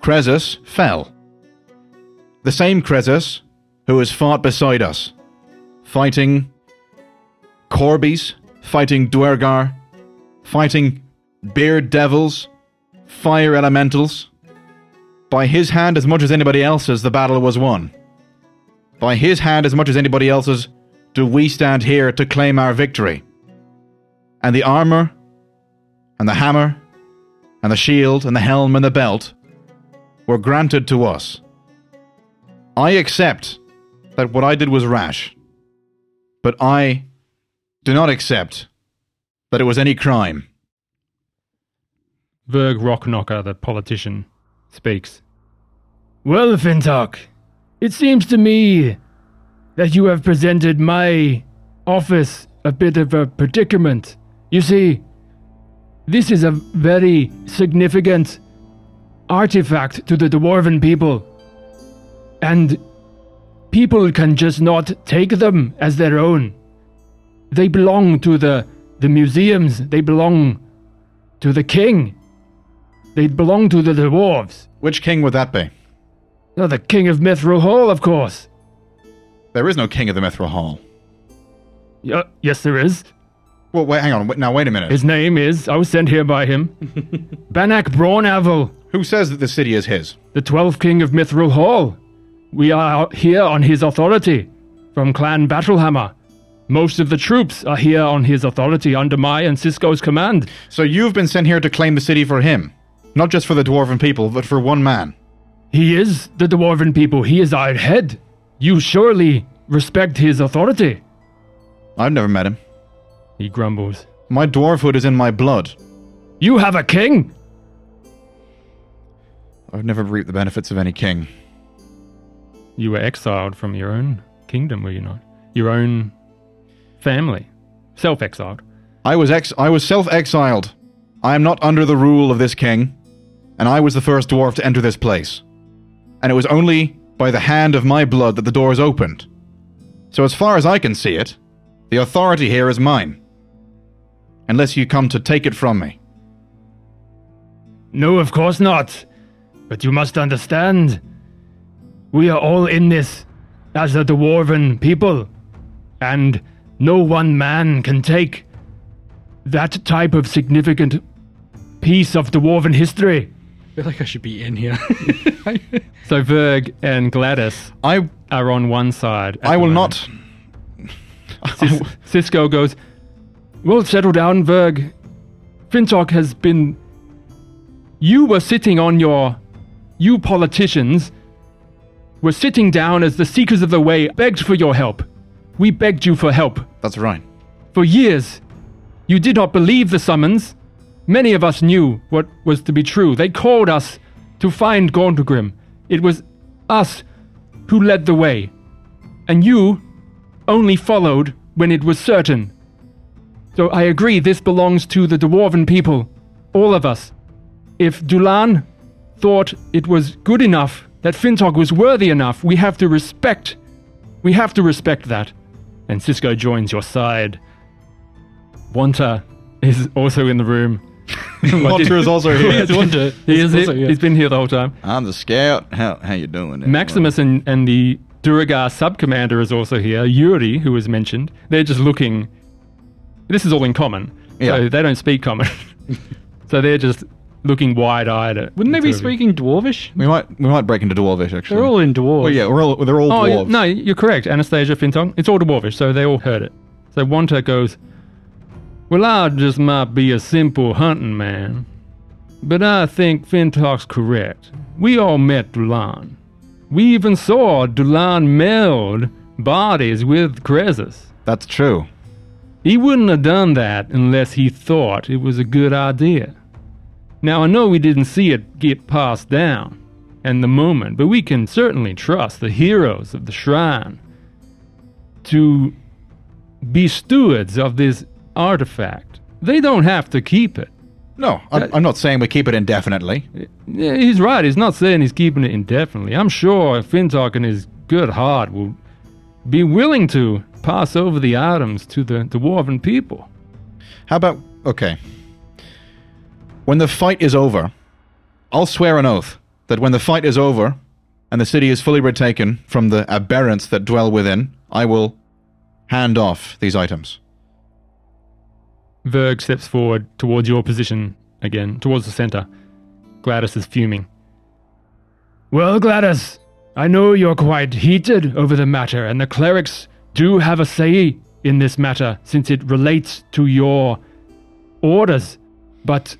S2: Cresus fell. The same Cresus who has fought beside us, fighting Corbys, fighting Dwergar, fighting Beard Devils, Fire Elementals. By his hand, as much as anybody else's, the battle was won. By his hand as much as anybody else's, do we stand here to claim our victory. And the armor, and the hammer, and the shield, and the helm, and the belt were granted to us. I accept that what I did was rash, but I do not accept that it was any crime.
S1: Verg Rockknocker, the politician, speaks. Well, Fintok, it seems to me that you have presented my office a bit of a predicament. You see, this is a very significant artifact to the dwarven people, and people can just not take them as their own. They belong to the, the museums, they belong to the king, they belong to the dwarves.
S2: Which king would that be?
S1: Oh, the king of Mithril Hall, of course.
S2: There is no king of the Mithril Hall.
S1: Y- yes, there is.
S2: Well, wait, hang on. Wait, now, wait a minute.
S1: His name is, I was sent here by him, Banak Braunavil,
S2: Who says that the city is his?
S1: the 12th king of Mithril Hall. We are here on his authority from Clan Battlehammer. Most of the troops are here on his authority under my and Cisco's command.
S2: So you've been sent here to claim the city for him. Not just for the dwarven people, but for one man.
S1: He is the dwarven people, he is our head. You surely respect his authority,
S2: I've never met him.
S1: he grumbles.
S2: My dwarfhood is in my blood.
S1: You have a king?
S2: I've never reaped the benefits of any king.
S1: You were exiled from your own kingdom, were you not? Your own family. Self exiled.
S2: I was ex I was self-exiled. I am not under the rule of this king, and I was the first dwarf to enter this place. And it was only by the hand of my blood that the door is opened. So as far as I can see it, the authority here is mine. Unless you come to take it from me.
S1: No, of course not. But you must understand. We are all in this as a dwarven people. And no one man can take that type of significant piece of dwarven history.
S3: I feel like I should be in here.
S1: So Verg and Gladys
S2: I
S1: are on one side.
S2: I will not
S1: Cis- Cisco goes, Well, settle down, Verg. Finchok has been. You were sitting on your. You politicians were sitting down as the Seekers of the Way begged for your help. We begged you for help.
S2: That's right.
S1: For years, you did not believe the summons. Many of us knew what was to be true. They called us to find Gondogrim. It was us who led the way. And you only followed when it was certain. So I agree, this belongs to the Dwarven people, all of us. If Dulan thought it was good enough, that Fintog was worthy enough, we have to respect. We have to respect that. And Cisco joins your side. Wanta is also in the room.
S2: Walter is also here.
S3: Wanda
S1: He is
S3: is also
S1: here.
S3: here.
S1: He's been here the whole time.
S2: I'm the scout. How how you doing?
S1: Maximus and, and the Duragar sub commander is also here. Yuri, who was mentioned, they're just looking. This is all in common.
S2: Yeah.
S1: So they don't speak common. so they're just looking wide eyed at.
S3: Wouldn't they be
S1: at everything.
S3: speaking dwarvish?
S2: We might we might break into dwarvish actually.
S3: They're all in dwarves.
S2: Well, yeah, we're all they're all
S1: Oh,
S2: dwarves.
S1: y- no, you're correct. Anastasia, Fintong, it's all Dwarvish, so they all heard it. So Wanta goes, Well, I just might be a simple hunting man, but I think Fintok's correct. We all met Dulan. We even saw Dulan meld bodies with Cresus.
S2: That's true.
S1: He wouldn't have done that unless he thought it was a good idea. Now, I know we didn't see it get passed down and the moment, but we can certainly trust the heroes of the shrine to be stewards of this artifact. They don't have to keep it.
S2: No, I'm, I'm not saying we keep it indefinitely.
S1: Yeah, he's right. He's not saying he's keeping it indefinitely. I'm sure Fintok in his good heart will be willing to pass over the items to the dwarven people.
S2: How about okay? When the fight is over, I'll swear an oath that when the fight is over and the city is fully retaken from the aberrants that dwell within, I will hand off these items.
S1: Verg steps forward towards your position again, towards the center. Gladys is fuming. Well, Gladys, I know you're quite heated over the matter, and the clerics do have a say in this matter since it relates to your orders. But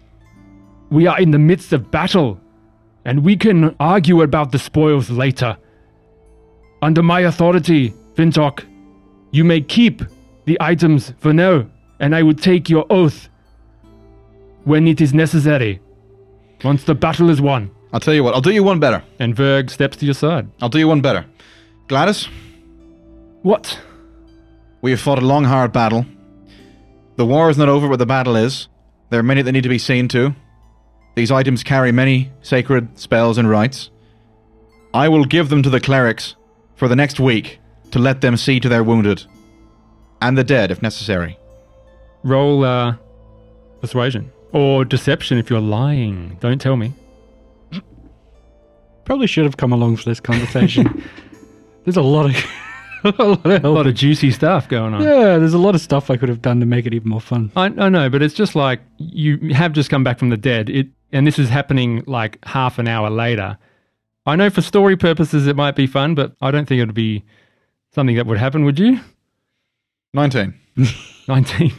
S1: we are in the midst of battle, and we can argue about the spoils later. Under my authority, Vintok, you may keep the items for now, and I will take your oath when it is necessary. Once the battle is won.
S2: I'll tell you what. I'll do you one better.
S1: And Verg steps to your side.
S2: I'll do you one better. Gladys,
S1: What?
S2: we have fought a long, hard battle. The war is not over, but the battle is. There are many that need to be seen to. These items carry many sacred spells and rites. I will give them to the clerics for the next week to let them see to their wounded and the dead if necessary.
S1: Roll uh, persuasion. Or deception if you're lying. Don't tell me.
S3: Probably should have come along for this conversation. there's a lot of a lot of
S1: A
S3: help.
S1: lot of juicy stuff going on.
S3: Yeah, there's a lot of stuff I could have done to make it even more fun.
S1: I, I know, but it's just like you have just come back from the dead. It and this is happening like half an hour later. I know for story purposes it might be fun, but I don't think it would be something that would happen, would you?
S2: 19.
S1: 19.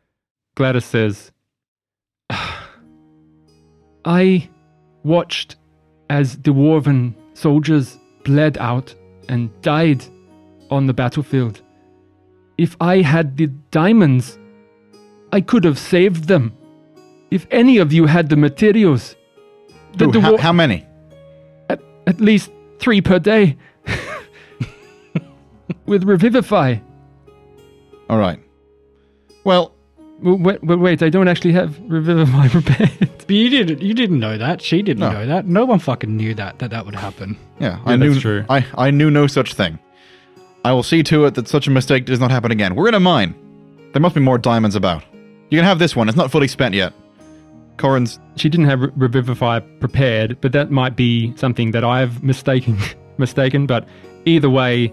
S1: Gladys says, I watched as the Dwarven soldiers bled out and died on the battlefield. If I had the diamonds, I could have saved them. If any of you had the materials, the
S2: Ooh, how,
S1: dwar-
S2: how many?
S1: at, at least three per day. With Revivify.
S2: All right. Well,
S1: Well, wait, wait, wait, I don't actually have Revivify prepared.
S3: But you didn't. You didn't know that. She didn't
S2: No.
S3: know that. No one fucking knew that that that would happen.
S2: yeah,
S1: Yeah,
S2: I knew.
S1: that's true.
S2: I I knew no such thing. I will see to it that such a mistake does not happen again. We're in a mine. There must be more diamonds about. You can have this one. It's not fully spent yet. Corin's.
S1: she didn't have Re- Revivify prepared, but that might be something that I've mistaken. mistaken, but either way,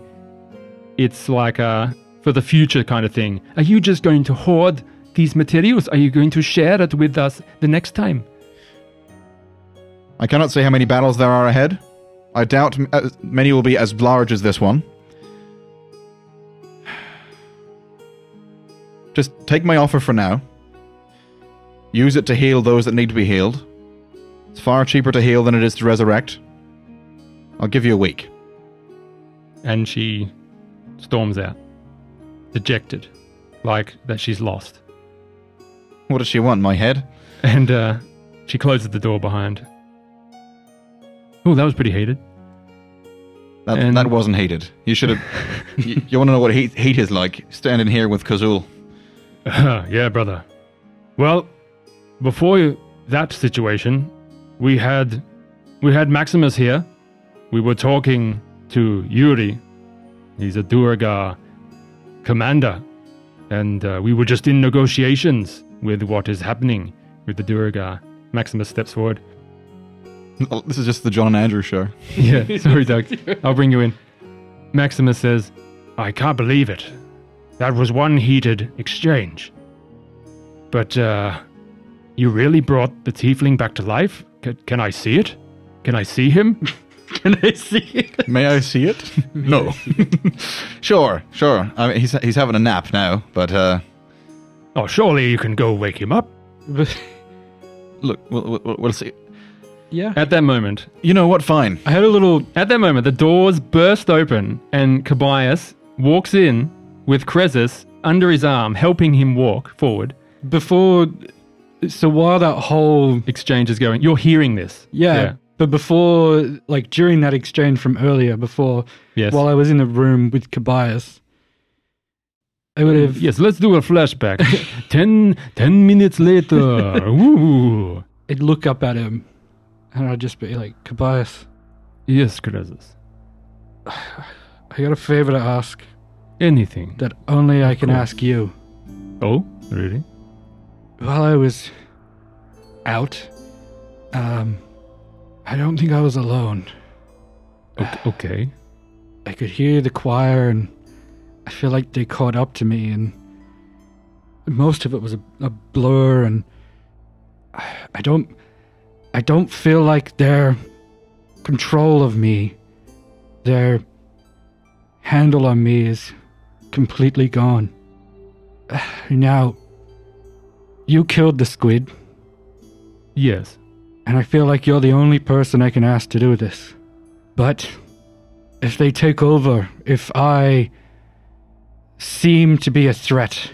S1: it's like a for the future kind of thing. Are you just going to hoard these materials? Are you going to share it with us the next time?
S2: I cannot say how many battles there are ahead. I doubt m- as- many will be as large as this one. Just take my offer for now. Use it to heal those that need to be healed. It's far cheaper to heal than it is to resurrect. I'll give you a week.
S1: And she storms out, dejected, like that she's lost.
S2: What does she want? My head?
S1: And uh, she closes the door behind. Oh, that was pretty heated.
S2: That,
S1: And-
S2: that wasn't heated. You should have. you you want to know what heat, heat is like? Standing here with Kazul.
S1: yeah, brother. Well, before that situation, we had we had Maximus here. We were talking to Yuri. He's a Durga commander, and uh, we were just in negotiations with what is happening with the Durga. Maximus steps forward.
S2: Oh, This is just the John and Andrew show.
S1: Yeah, sorry, Doug. I'll bring you in. Maximus says, I can't believe it. That was one heated exchange. But, uh, you really brought the tiefling back to life? C- can I see it? Can I see him?
S3: Can I see it?
S2: May I see it? no. sure, sure. I mean, he's he's having a nap now, but uh,
S1: Oh, surely you can go wake him up.
S2: look, we'll, we'll, we'll see.
S3: yeah.
S1: At that moment,
S2: You know what? Fine.
S3: I had a little.
S1: at that moment, the doors burst open and Cobias walks in with Cresus under his arm, helping him walk forward.
S3: Before. So while that whole
S1: Exchange is going, You're hearing this.
S3: Yeah. But before, like during that exchange from earlier, before,
S1: Yes.
S3: while I was in the room with Kobayas, I would have.
S1: Yes, let's do a flashback. ten, ten minutes later. Ooh.
S3: I'd look up at him and I'd just be like, Kobayas,
S1: Yes, Krasus.
S3: I got a favor to ask
S1: Anything.
S3: that only I can
S1: course.
S3: ask you.
S1: Oh, really?
S3: While I was out, um, I don't think I was alone.
S1: Okay. okay.
S3: I could hear the choir, and I feel like they caught up to me, and most of it was a, a blur, and I I don't, I don't feel like their control of me, their handle on me is completely gone. Now, you killed the squid,
S1: Yes.
S3: and I feel like you're the only person I can ask to do this. But if they take over, if I seem to be a threat,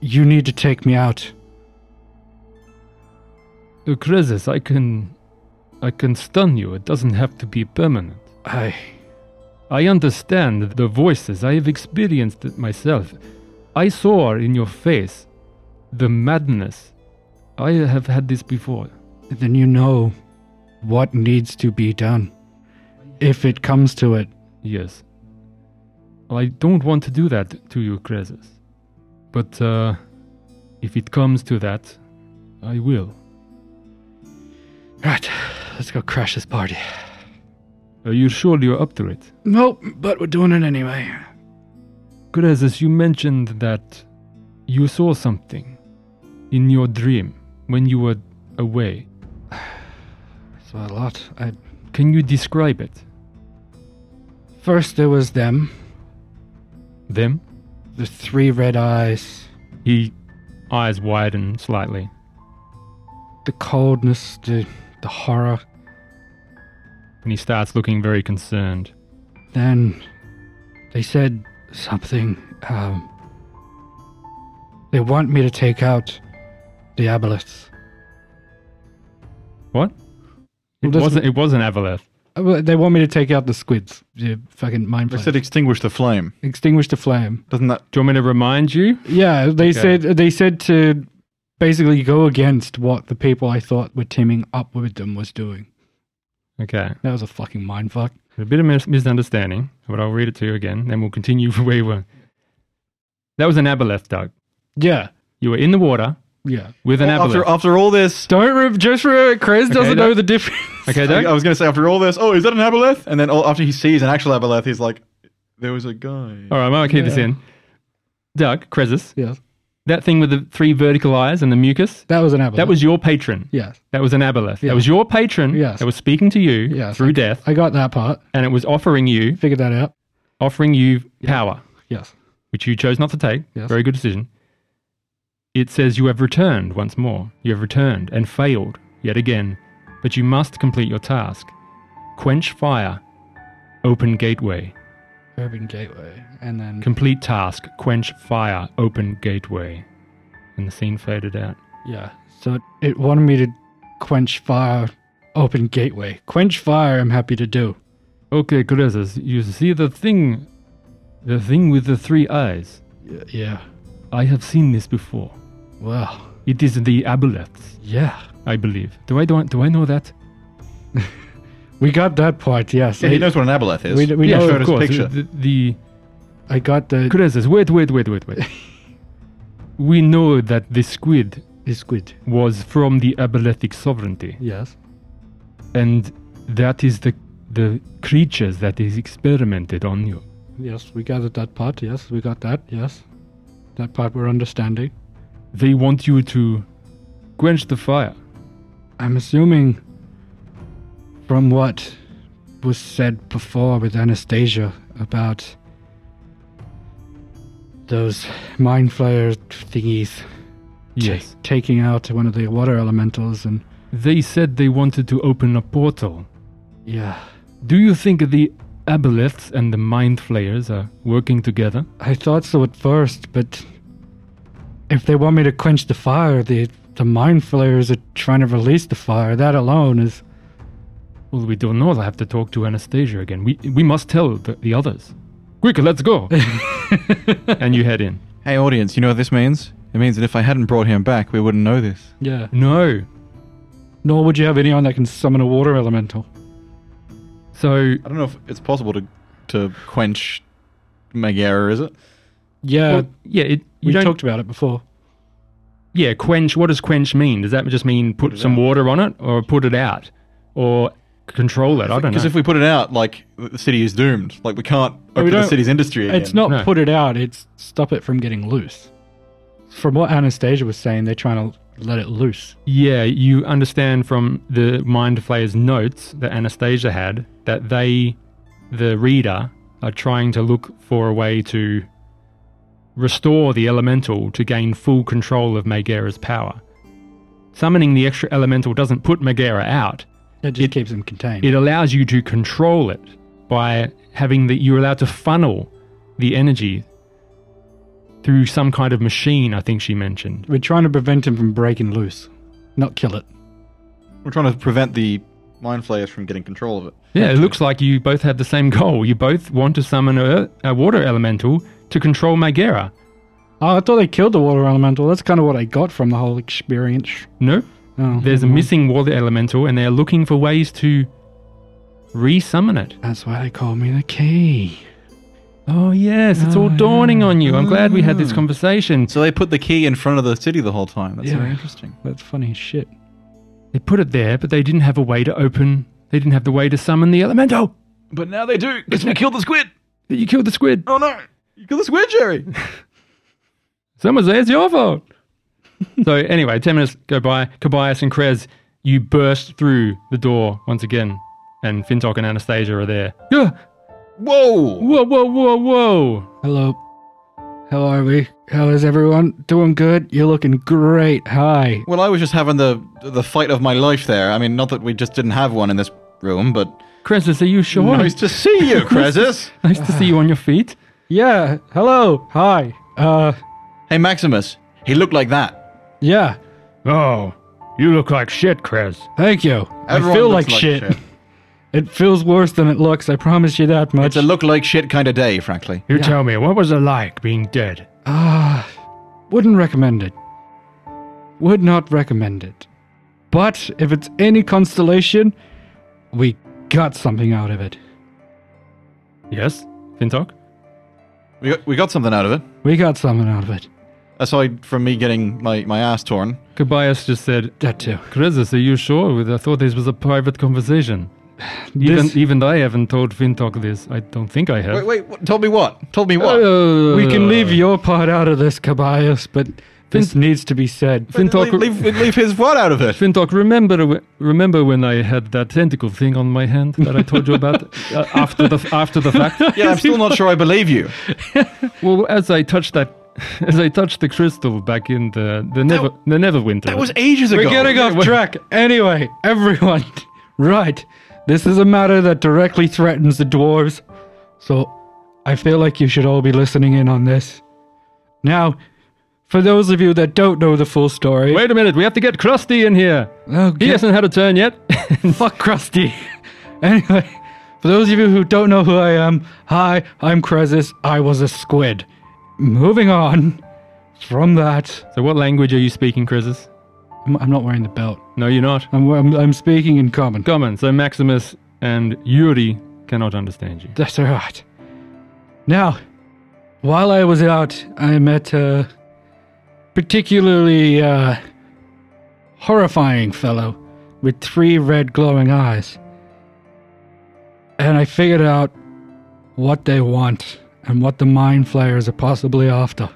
S3: you need to take me out.
S1: Uh, Krasus, I can. I can stun you. It doesn't have to be permanent.
S3: I.
S1: I understand the voices. I have experienced it myself. I saw in your face the madness. I have had this before.
S3: Then you know what needs to be done. If it comes to it,
S1: Yes. I don't want to do that to you, Cresus. But uh, if it comes to that, I will.
S3: right, let's go crash this party.
S1: Are you sure Uh, you're up to it?
S3: Nope, but we're doing it anyway.
S1: Cresus, you mentioned that you saw something in your dream when you were away.
S3: It's a lot. I
S1: Can you describe it?
S3: first there was them,
S1: Them?
S3: the three red eyes,
S1: He eyes widen slightly.
S3: the coldness, the the horror.
S1: and he starts looking very concerned.
S3: Then they said something. Um, they want me to take out Diabolus.
S1: What?
S3: Well,
S1: It
S3: that's-
S1: wasn't. It wasn't Avaleth.
S3: Uh, well, They want me to take out the squids. The fucking mind
S2: They
S3: flayer.
S2: said extinguish the flame.
S3: Extinguish the flame.
S2: Doesn't that?
S1: Do you want me to remind you?
S3: Yeah, they
S1: Okay.
S3: said they said to basically go against what the people I thought were teaming up with them was doing.
S1: Okay.
S3: That was a fucking mindfuck.
S1: A bit of mis- misunderstanding, but I'll read it to you again, then we'll continue where we were. That was an aboleth, Doug.
S3: Yeah,
S1: You were in the water
S3: yeah.
S1: with an aboleth.
S2: after after all this,
S3: Don't re- just remember, Chris doesn't
S1: that-
S3: know the difference.
S1: okay,
S2: I, I
S1: Doug?
S2: was going to say after all this. Oh, is that an aboleth? And then all, after he sees an actual aboleth, he's like, there was a guy.
S1: All right, I'm going to keep this
S3: Yeah.
S1: in. Doug, Cresus,
S3: Yeah,
S1: that thing with the three vertical eyes and the mucus,
S3: that was an aboleth.
S1: that was your patron.
S3: yes.
S1: That was an aboleth.
S3: Yeah.
S1: That was your patron
S3: Yes.
S1: that was speaking to you
S3: Yes.
S1: through death,
S3: I got that part.
S1: and it was offering you,
S3: Figured that out.
S1: offering you power,
S3: Yes.
S1: which you chose not to take.
S3: Yes.
S1: Very good decision. It says you have returned once more. You have returned and failed yet again, but you must complete your task. Quench fire, open gateway.
S3: Urban Gateway, and then
S1: Complete task, quench fire, open gateway. And the scene faded out.
S3: yeah. So it, it wanted me to quench fire, open gateway. Quench fire. I'm happy to do.
S1: Okay, Crezas, you see the thing, the thing with the three eyes.
S3: Y- Yeah.
S1: I have seen this before.
S3: Well.
S1: It is the aboleths,
S3: Yeah.
S1: I believe. Do I do I, do I know that?
S3: We got that part. Yes.
S2: Yeah,
S3: I-
S2: he knows what an aboleth is.
S3: We, we know.
S2: showed us picture.
S1: The, the,
S3: I got the
S1: Crezas, wait, wait, wait, wait, wait. we know that the squid
S3: the squid.
S1: was from the abolethic sovereignty.
S3: Yes.
S1: and that is the the creatures that is experimented on you.
S3: Yes, we gathered that part. Yes, we got that. Yes. That part we're understanding.
S1: They want you to quench the fire.
S3: I'm assuming from what was said before with Anastasia about those mind flayer thingies ta-
S1: Yes.
S3: taking out one of the water elementals and
S1: They said they wanted to open a portal.
S3: yeah.
S1: Do you think the aboleths and the mind flayers are working together?
S3: I thought so at first, but if they want me to quench the fire, the the mind flayers are trying to release the fire. That alone is
S1: Well, we don't know. I'll have to talk to Anastasia again. We we must tell the, the others. Quick, let's go. and you head in.
S2: Hey, audience, you know what this means? It means that if I hadn't brought him back, we wouldn't know this.
S3: yeah.
S1: No.
S3: Nor would you have anyone that can summon a water elemental.
S1: So
S2: I don't know if it's possible to to quench Megara, is it?
S3: Yeah,
S1: well, yeah, it, you
S3: Uh, we
S1: don't
S3: talked about it before.
S1: Yeah, quench. What does quench mean? Does that just mean put, some water on it, or put it out, or control it? I don't know.
S2: Because if we put it out, like the city is doomed. Like we can't open
S3: we
S2: the
S3: don't-
S2: city's industry again.
S3: It's not
S1: No.
S3: put it out; it's stop it from getting loose. From what Anastasia was saying, they're trying to let it loose.
S1: yeah, you understand from the mind flayer's notes that Anastasia had that they, the reader, are trying to look for a way to restore the elemental to gain full control of Megara's power. Summoning the extra elemental doesn't put Megara out.
S3: It just
S1: It-
S3: keeps them contained.
S1: it allows you to control it by having that you're allowed to funnel the energy through some kind of machine i think she mentioned
S3: We're trying to prevent him from breaking loose, not kill it.
S2: We're trying to prevent the mind flayers from getting control of it.
S1: yeah it looks like you both have the same goal you both want to summon a, a water elemental to control Magera.
S3: Oh, I thought they killed the water elemental. That's kind of what I got from the whole experience.
S1: no
S3: Oh,
S1: there's a missing water elemental and they're looking for ways to re-summon it
S3: That's why they call me the key.
S1: oh yes it's all
S3: Oh,
S1: dawning on you i'm glad we had this conversation
S2: So they put the key in front of the city the whole time. That's very
S3: Yeah.
S2: interesting.
S3: That's funny as shit.
S1: they put it there but they didn't have a way to open they didn't have the way to summon the elemental
S2: But now they do because we killed the squid.
S1: but you killed the squid
S2: Oh no, you killed the squid, Jerry.
S1: Someone say it's your fault. so anyway, ten minutes go by. Kobayas and Krez, you burst through the door once again, and Fintok and Anastasia are there. Yeah.
S2: Whoa.
S1: Whoa, whoa, whoa, whoa.
S3: Hello. How are we? How is everyone? Doing good? You're looking great. Hi.
S2: Well, I was just having the the fight of my life there. I mean, not that we just didn't have one in this room, but
S1: Krezus, are you sure?
S2: Oh, Nice to see you, Krezus.
S1: Nice to see you on your feet.
S3: Yeah. Hello. Hi. Uh.
S2: hey, Maximus. He looked like that.
S3: Yeah.
S1: Oh, you look like shit, Krez.
S3: Thank you.
S2: Everyone
S3: I feel
S2: looks
S3: like, shit. It feels worse than it looks. I promise you that much.
S2: It's a look like shit kind of day, frankly.
S1: You tell me, what was it like being dead?
S3: Ah, wouldn't recommend it. Would not recommend it. But if it's any consolation, we got something out of it.
S1: Yes, Fintok?
S2: We got, we got something out of it.
S3: We got something out of it.
S2: Aside from me getting my, my ass torn.
S1: Kobayas just said,
S3: That too.
S1: Krezus, are you sure? With- I thought this was a private conversation. Even,
S3: This-
S1: even I haven't told Fintok this. I don't think I have.
S2: Wait, wait, what, told me what? Told me what?
S1: Uh,
S3: we can leave your part out of this, Caballos, but this needs to be said.
S1: Fintok,
S2: leave, leave, leave his what out of it?
S1: Fintok, remember w- remember when I had that tentacle thing on my hand that I told you about uh, after the after the fact?
S2: Yeah, I'm still not sure I believe you.
S1: Well, as I touched that, as I touched the crystal back in the the never the Neverwinter.
S2: That was ages ago.
S3: We're getting off track. Anyway, everyone, right. This is a matter that directly threatens the dwarves. So I feel like you should all be listening in on this. Now, for those of you that don't know the full story,
S1: Wait a minute, we have to get Krusty in here.
S3: oh,
S1: He hasn't had a turn yet.
S3: fuck Krusty. anyway, for those of you who don't know who I am, hi, I'm Krezus. I was a squid. Moving on from that,
S1: so, what language are you speaking, Crisis?
S3: I'm, I'm not wearing the belt.
S1: No, you're not.
S3: I'm, I'm, I'm speaking in common.
S1: Common. So Maximus and Yuri cannot understand you.
S3: That's all right. Now, while I was out, I met a particularly uh, horrifying fellow with three red glowing eyes. And I figured out what they want and what the mind flayers are possibly after.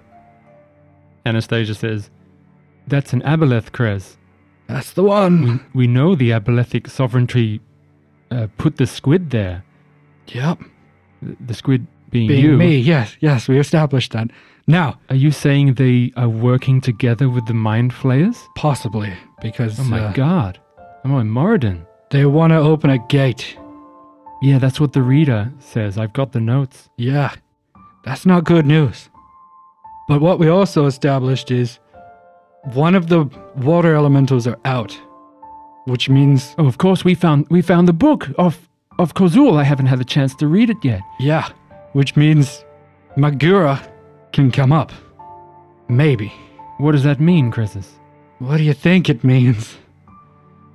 S1: Anastasia says, "That's an Aboleth, Krez.
S3: That's the one.
S1: We know the Abolethic sovereignty uh, put the squid there.
S3: Yep.
S1: The the squid being,
S3: Being
S1: you.
S3: me. Yes, yes, we established that. Now,
S1: Are you saying they are working together with the Mind Flayers?
S3: possibly, because
S1: Oh my
S3: uh,
S1: god. Am I Moradin?
S3: they want to open a gate.
S1: Yeah, that's what the reader says. I've got the notes.
S3: Yeah, that's not good news. But what we also established is one of the water elementals are out, which means,
S1: Oh, of course we found we found the book of of Kozul. I haven't had the chance to read it yet.
S3: yeah, which means Magura can come up. Maybe.
S1: What does that mean, Crisis?
S3: What do you think it means?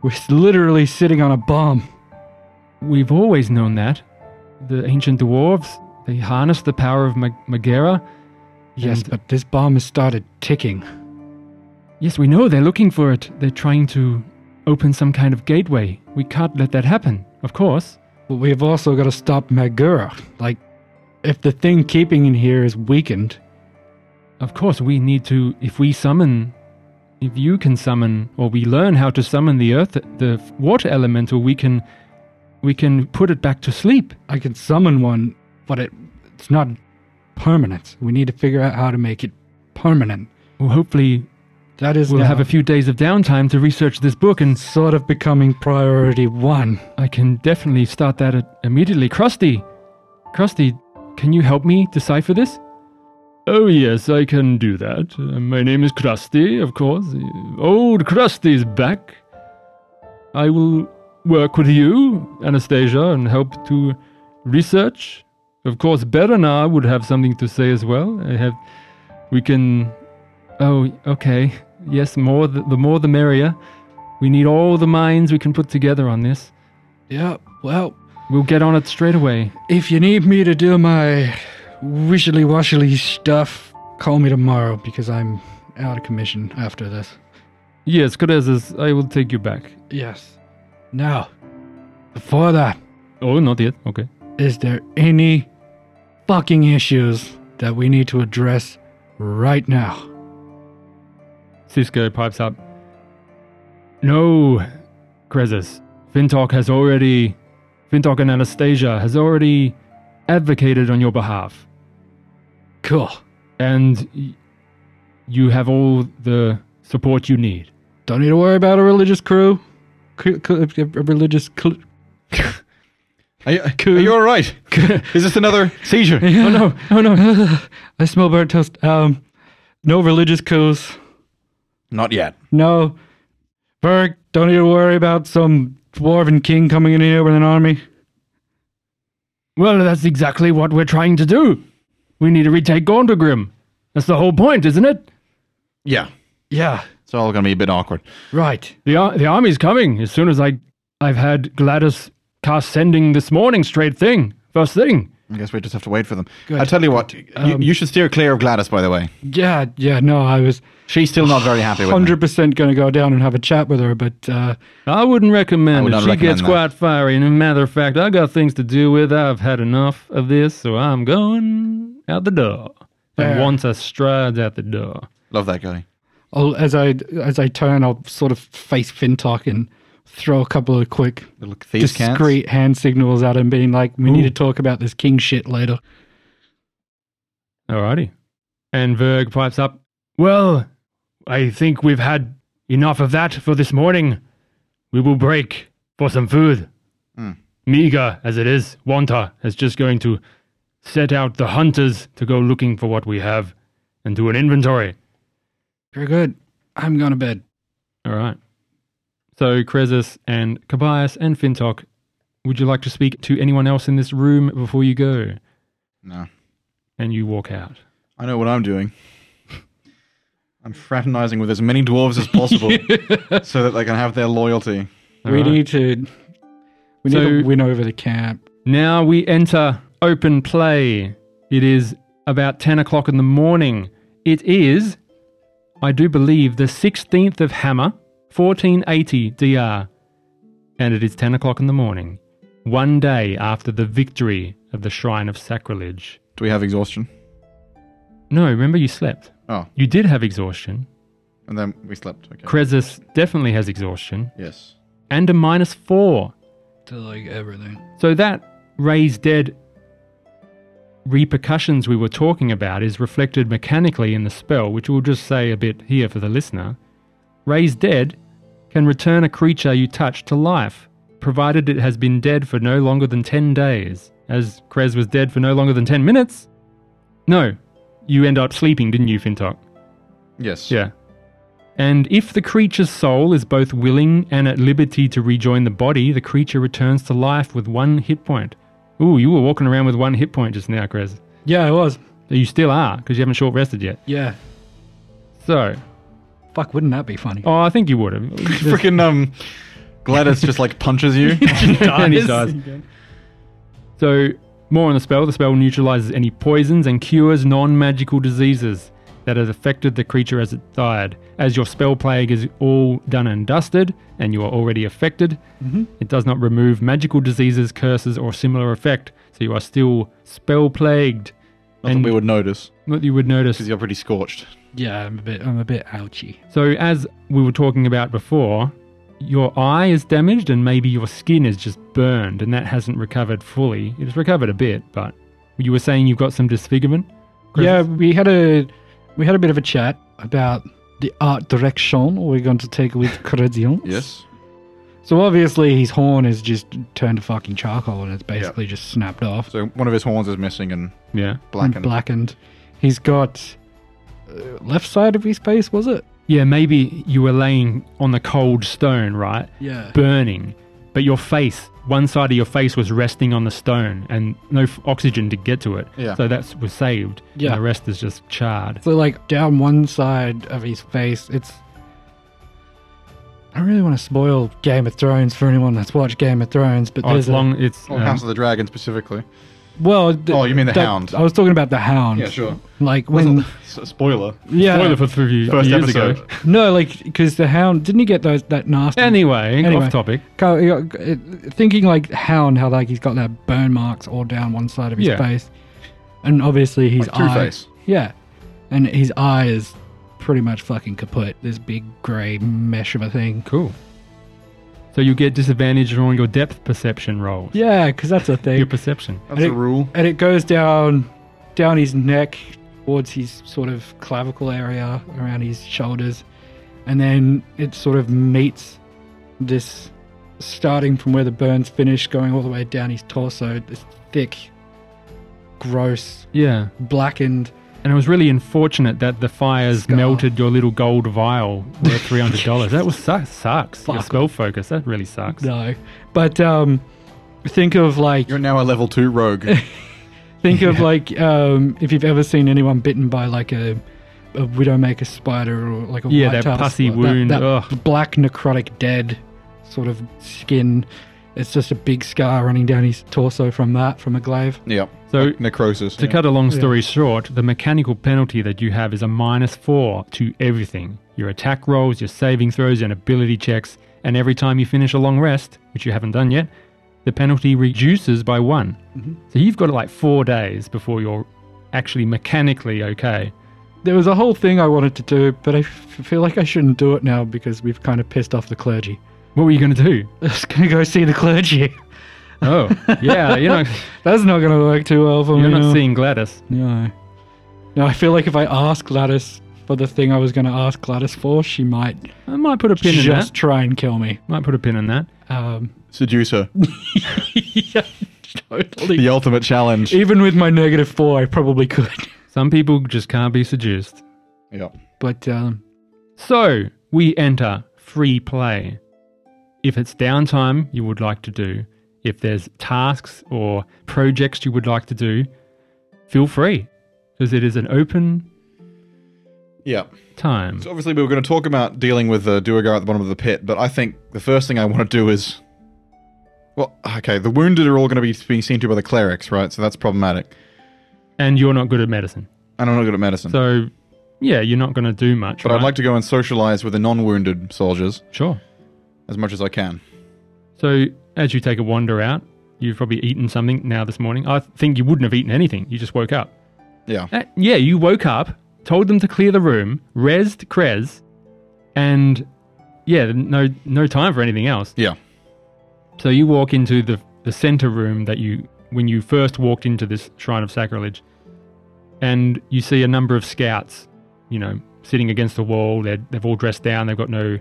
S3: We're s- literally sitting on a bomb.
S1: We've always known that. The ancient dwarves, they harness the power of Mag- Magera.
S3: Yes,
S1: And-
S3: but this bomb has started ticking.
S1: Yes, we know they're looking for it. They're trying to open some kind of gateway. We can't let that happen, of course.
S3: But we've also got to stop Magura. Like, if the thing keeping in here is weakened,
S1: Of course, we need to. If we summon, if you can summon, or we learn how to summon the earth, the water elemental, we can, we can put it back to sleep.
S3: I can summon one, but it it's not permanent. We need to figure out how to make it permanent.
S1: Well, hopefully,
S3: That is
S1: we'll
S3: now
S1: have a few days of downtime to research this book, and
S3: sort of becoming priority one.
S1: I can definitely start that at- immediately. Krusty, Krusty, can you help me decipher this? Oh yes, I can do that. Uh, my name is Krusty, of course. Uh, Old Krusty's back. I will work with you, Anastasia, and help to research. Of course, Berana would have something to say as well. I have. We can. Oh, okay. Yes, more the, the more the merrier. We need all the minds we can put together on this.
S3: Yeah. Well,
S1: We'll get on it straight away.
S3: if you need me to do my wishily washily stuff, call me tomorrow because I'm out of commission after this.
S1: Yes, Corezes, I will take you back.
S3: Yes. Now, before that,
S1: Oh, not yet. Okay.
S3: is there any fucking issues that we need to address right now?
S1: Cisco pipes up. No, Corezes. Fintok has already. Fintok and Anastasia has already advocated on your behalf.
S3: Cool.
S1: And y- you have all the support you need.
S3: Don't need to worry about a religious crew. Cl- cl- A religious cl-
S2: Are you, are you all right? Is this another seizure?
S1: Oh no! Oh no!
S3: I smell burnt toast. Um, no religious coups.
S2: Not yet.
S3: No. Burke, don't need to worry about some dwarven king coming in here with an army.
S1: Well, that's exactly what we're trying to do. We need to retake Gondogrim. That's the whole point, isn't it?
S2: Yeah.
S1: Yeah.
S2: It's all going to be a bit awkward.
S3: Right.
S1: The ar- the army's coming as soon as I I've had Gladys cast sending this morning straight thing first thing.
S2: I guess we just have to wait for them. I tell you what, you,
S3: Um,
S2: you should steer clear of Gladys, by the way.
S3: Yeah, yeah, no, I was
S2: She's still not very happy with me.
S3: 100% going to go down and have a chat with her, but uh,
S1: I wouldn't recommend
S2: I would
S1: it.
S2: not
S1: She
S2: recommend
S1: gets
S2: that.
S1: quite fiery, and a matter of fact, I got things to do with. I've had enough of this, so I'm going out the door. And
S3: Fair.
S1: once I strides out the door,
S2: Love that guy.
S3: I'll, as I as I turn, I'll sort of face Fintock and throw a couple of quick,
S2: Little thieves cats.
S3: discreet hand signals at him, being like, we need to talk about this king shit later.
S1: alrighty. And Verg pipes up. Well, I think we've had enough of that for this morning. We will break for some food. Hmm. Meager as it is, Wanta is just going to set out the hunters to go looking for what we have and do an inventory.
S3: Very good. I'm going to bed.
S1: All right. So Cresus and Cobias and Fintok, would you like to speak to anyone else in this room before you go?
S2: No.
S1: And you walk out.
S2: I know what I'm doing. I'm fraternizing with as many dwarves as possible so that they can have their loyalty.
S1: All
S3: we
S1: right.
S3: need to we need
S1: So-
S3: to win over the camp.
S1: Now we enter open play. It is about 10 o'clock in the morning. It is, I do believe, the 16th of Hammer, 1480 DR. And it is 10 o'clock in the morning, one day after the victory of the Shrine of Sacrilege.
S2: Do we have exhaustion?
S1: No, remember you slept.
S2: Oh,
S1: You did have exhaustion.
S2: and then we slept. Okay.
S1: Krezus definitely has exhaustion
S2: yes.
S1: and a minus four.
S3: To like everything.
S1: So that raised dead repercussions we were talking about is reflected mechanically in the spell, which we'll just say a bit here for the listener. Raise dead can return a creature you touch to life, provided it has been dead for no longer than 10 days. Krez Krez was dead for no longer than 10 minutes. No, you end up sleeping, didn't you, Fintok?
S2: Yes.
S1: Yeah. And if the creature's soul is both willing and at liberty to rejoin the body, the creature returns to life with one hit point. Ooh, you were walking around with one hit point just now, Krez.
S3: Yeah, it was.
S1: You still are, because you haven't short rested yet.
S3: Yeah.
S1: So,
S3: Fuck, wouldn't that be funny?
S1: oh, I think you would have.
S2: Freaking um, Gladys just like punches you.
S1: And he dies. So, more on the spell. The spell neutralizes any poisons and cures non magical diseases that have affected the creature as it died. As your spell plague is all done and dusted, and you are already affected,
S2: Mm-hmm.
S1: it does not remove magical diseases, curses, or similar effect. So, you are still spell plagued.
S2: Not
S1: And-
S2: that we would notice
S1: What you would notice.
S2: because you're pretty scorched.
S3: Yeah, I'm a bit I'm a bit ouchy.
S1: So, as we were talking about before, your eye is damaged and maybe your skin is just burned and that hasn't recovered fully. It's recovered a bit, but you were saying you've got some disfigurement? Chris?
S3: Yeah, we had a we had a bit of a chat about the art direction we're going to take with Credion.
S2: Yes.
S3: So obviously his horn is just turned to fucking charcoal and it's basically just snapped off
S2: So one of his horns is missing and
S1: Yeah.
S2: blackened.
S3: and blackened. He's got uh, left side of his face, was it?
S1: Yeah, maybe you were laying on the cold stone, right?
S3: Yeah.
S1: Burning, but your face, one side of your face was resting on the stone and no f- oxygen to get to it.
S2: Yeah.
S1: So that was saved. and
S3: Yeah.
S1: the rest is just charred.
S3: So like down one side of his face, it's. I really want to spoil Game of Thrones for anyone that's watched Game of Thrones, but
S1: Oh,
S3: there's
S1: it's
S3: a-
S1: long. It's.
S2: Oh,
S1: um,
S2: House of the Dragon specifically.
S3: well. th-
S2: Oh, you mean the
S3: that-
S2: Hound.
S3: I was talking about the Hound.
S2: Yeah, sure.
S3: Like when,
S2: Spoiler.
S3: yeah,
S1: Spoiler for three
S2: First
S1: years
S2: episode.
S1: ago.
S3: no, like because the Hound didn't he get those that nasty?
S1: Anyway,
S3: Anyway.
S1: off topic.
S3: Go- you got- uh, thinking like Hound, how like he's got that burn marks all down one side of his
S1: Yeah.
S3: face, and obviously his
S2: Like
S3: eye,
S2: Two-Face.
S3: yeah, and his eye is pretty much fucking kaput. This big grey mesh of a thing.
S1: Cool. So you get disadvantage on your depth perception rolls.
S3: Yeah, because that's a thing.
S1: Your perception.
S2: That's a
S3: think-
S2: rule.
S3: and it goes down down his neck towards his sort of clavicle area around his shoulders and then it sort of meets this starting from where the burns finished, going all the way down his torso. This thick, gross,
S1: Yeah.
S3: blackened.
S1: And it was really unfortunate that the fires
S3: Scar.
S1: melted your little gold vial worth three hundred dollars. that was su- sucks. Your
S3: Fuck.
S1: spell focus that really sucks.
S3: No, but um, think of like
S2: You're now a level two rogue.
S3: Think of like um, if you've ever seen anyone bitten by like a a widowmaker spider or like a
S1: Yeah,
S3: white
S1: that pussy wound,
S3: that,
S1: ugh.
S3: black necrotic dead sort of skin. It's just a big scar running down his torso from that from a glaive.
S2: yep.
S1: So
S2: Necrosis.
S1: to
S2: yeah.
S1: cut a long story short, the mechanical penalty that you have is a minus four to everything: your attack rolls, your saving throws, and ability checks. And every time you finish a long rest, which you haven't done yet, the penalty reduces by one. So you've got like four days before you're actually mechanically okay.
S3: There was a whole thing I wanted to do, but I f- feel like I shouldn't do it now because we've kind of pissed off the clergy.
S1: What were you going to do?
S3: I was gonna go see the clergy.
S1: Oh, yeah, you know,
S3: That's not gonna work too well for
S1: you're
S3: me.
S1: not
S3: no.
S1: seeing Gladys.
S3: No. No, I feel like if I ask Gladys for the thing I was going to ask Gladys for, she might
S1: I might put a pin in
S3: just
S1: that.
S3: try and kill me.
S1: Might put a pin in that.
S3: Um,
S2: Seduce her.
S3: yeah, totally.
S2: the ultimate challenge.
S3: Even with my negative four, I probably could.
S1: Some people just can't be seduced.
S2: Yep.
S3: But um,
S1: So we enter free play. If it's downtime you would like to do, if there's tasks or projects you would like to do, feel free because it is an open
S2: Yep.
S1: time.
S2: So obviously we were going to talk about dealing with the Duergar at the bottom of the pit, but I think the first thing I want to do is, well, okay, the wounded are all going to be being seen to by the clerics, right? So that's problematic.
S1: And you're not good at medicine.
S2: And I'm not good at medicine,
S1: So, yeah, you're not going to do much.
S2: but I'd like to go and socialize with the non-wounded soldiers
S1: Sure.
S2: as much as I can.
S1: So, as you take a wander out, you've probably eaten something now this morning. I think you wouldn't have eaten anything. You just woke up.
S2: Yeah.
S1: Uh, yeah, you woke up, told them to clear the room, rezzed Krez, and yeah, no no time for anything else.
S2: Yeah.
S1: So you walk into the the center room that you when you first walked into this shrine of sacrilege, and you see a number of scouts, you know, sitting against the wall. They're, they've all dressed down. They've got no.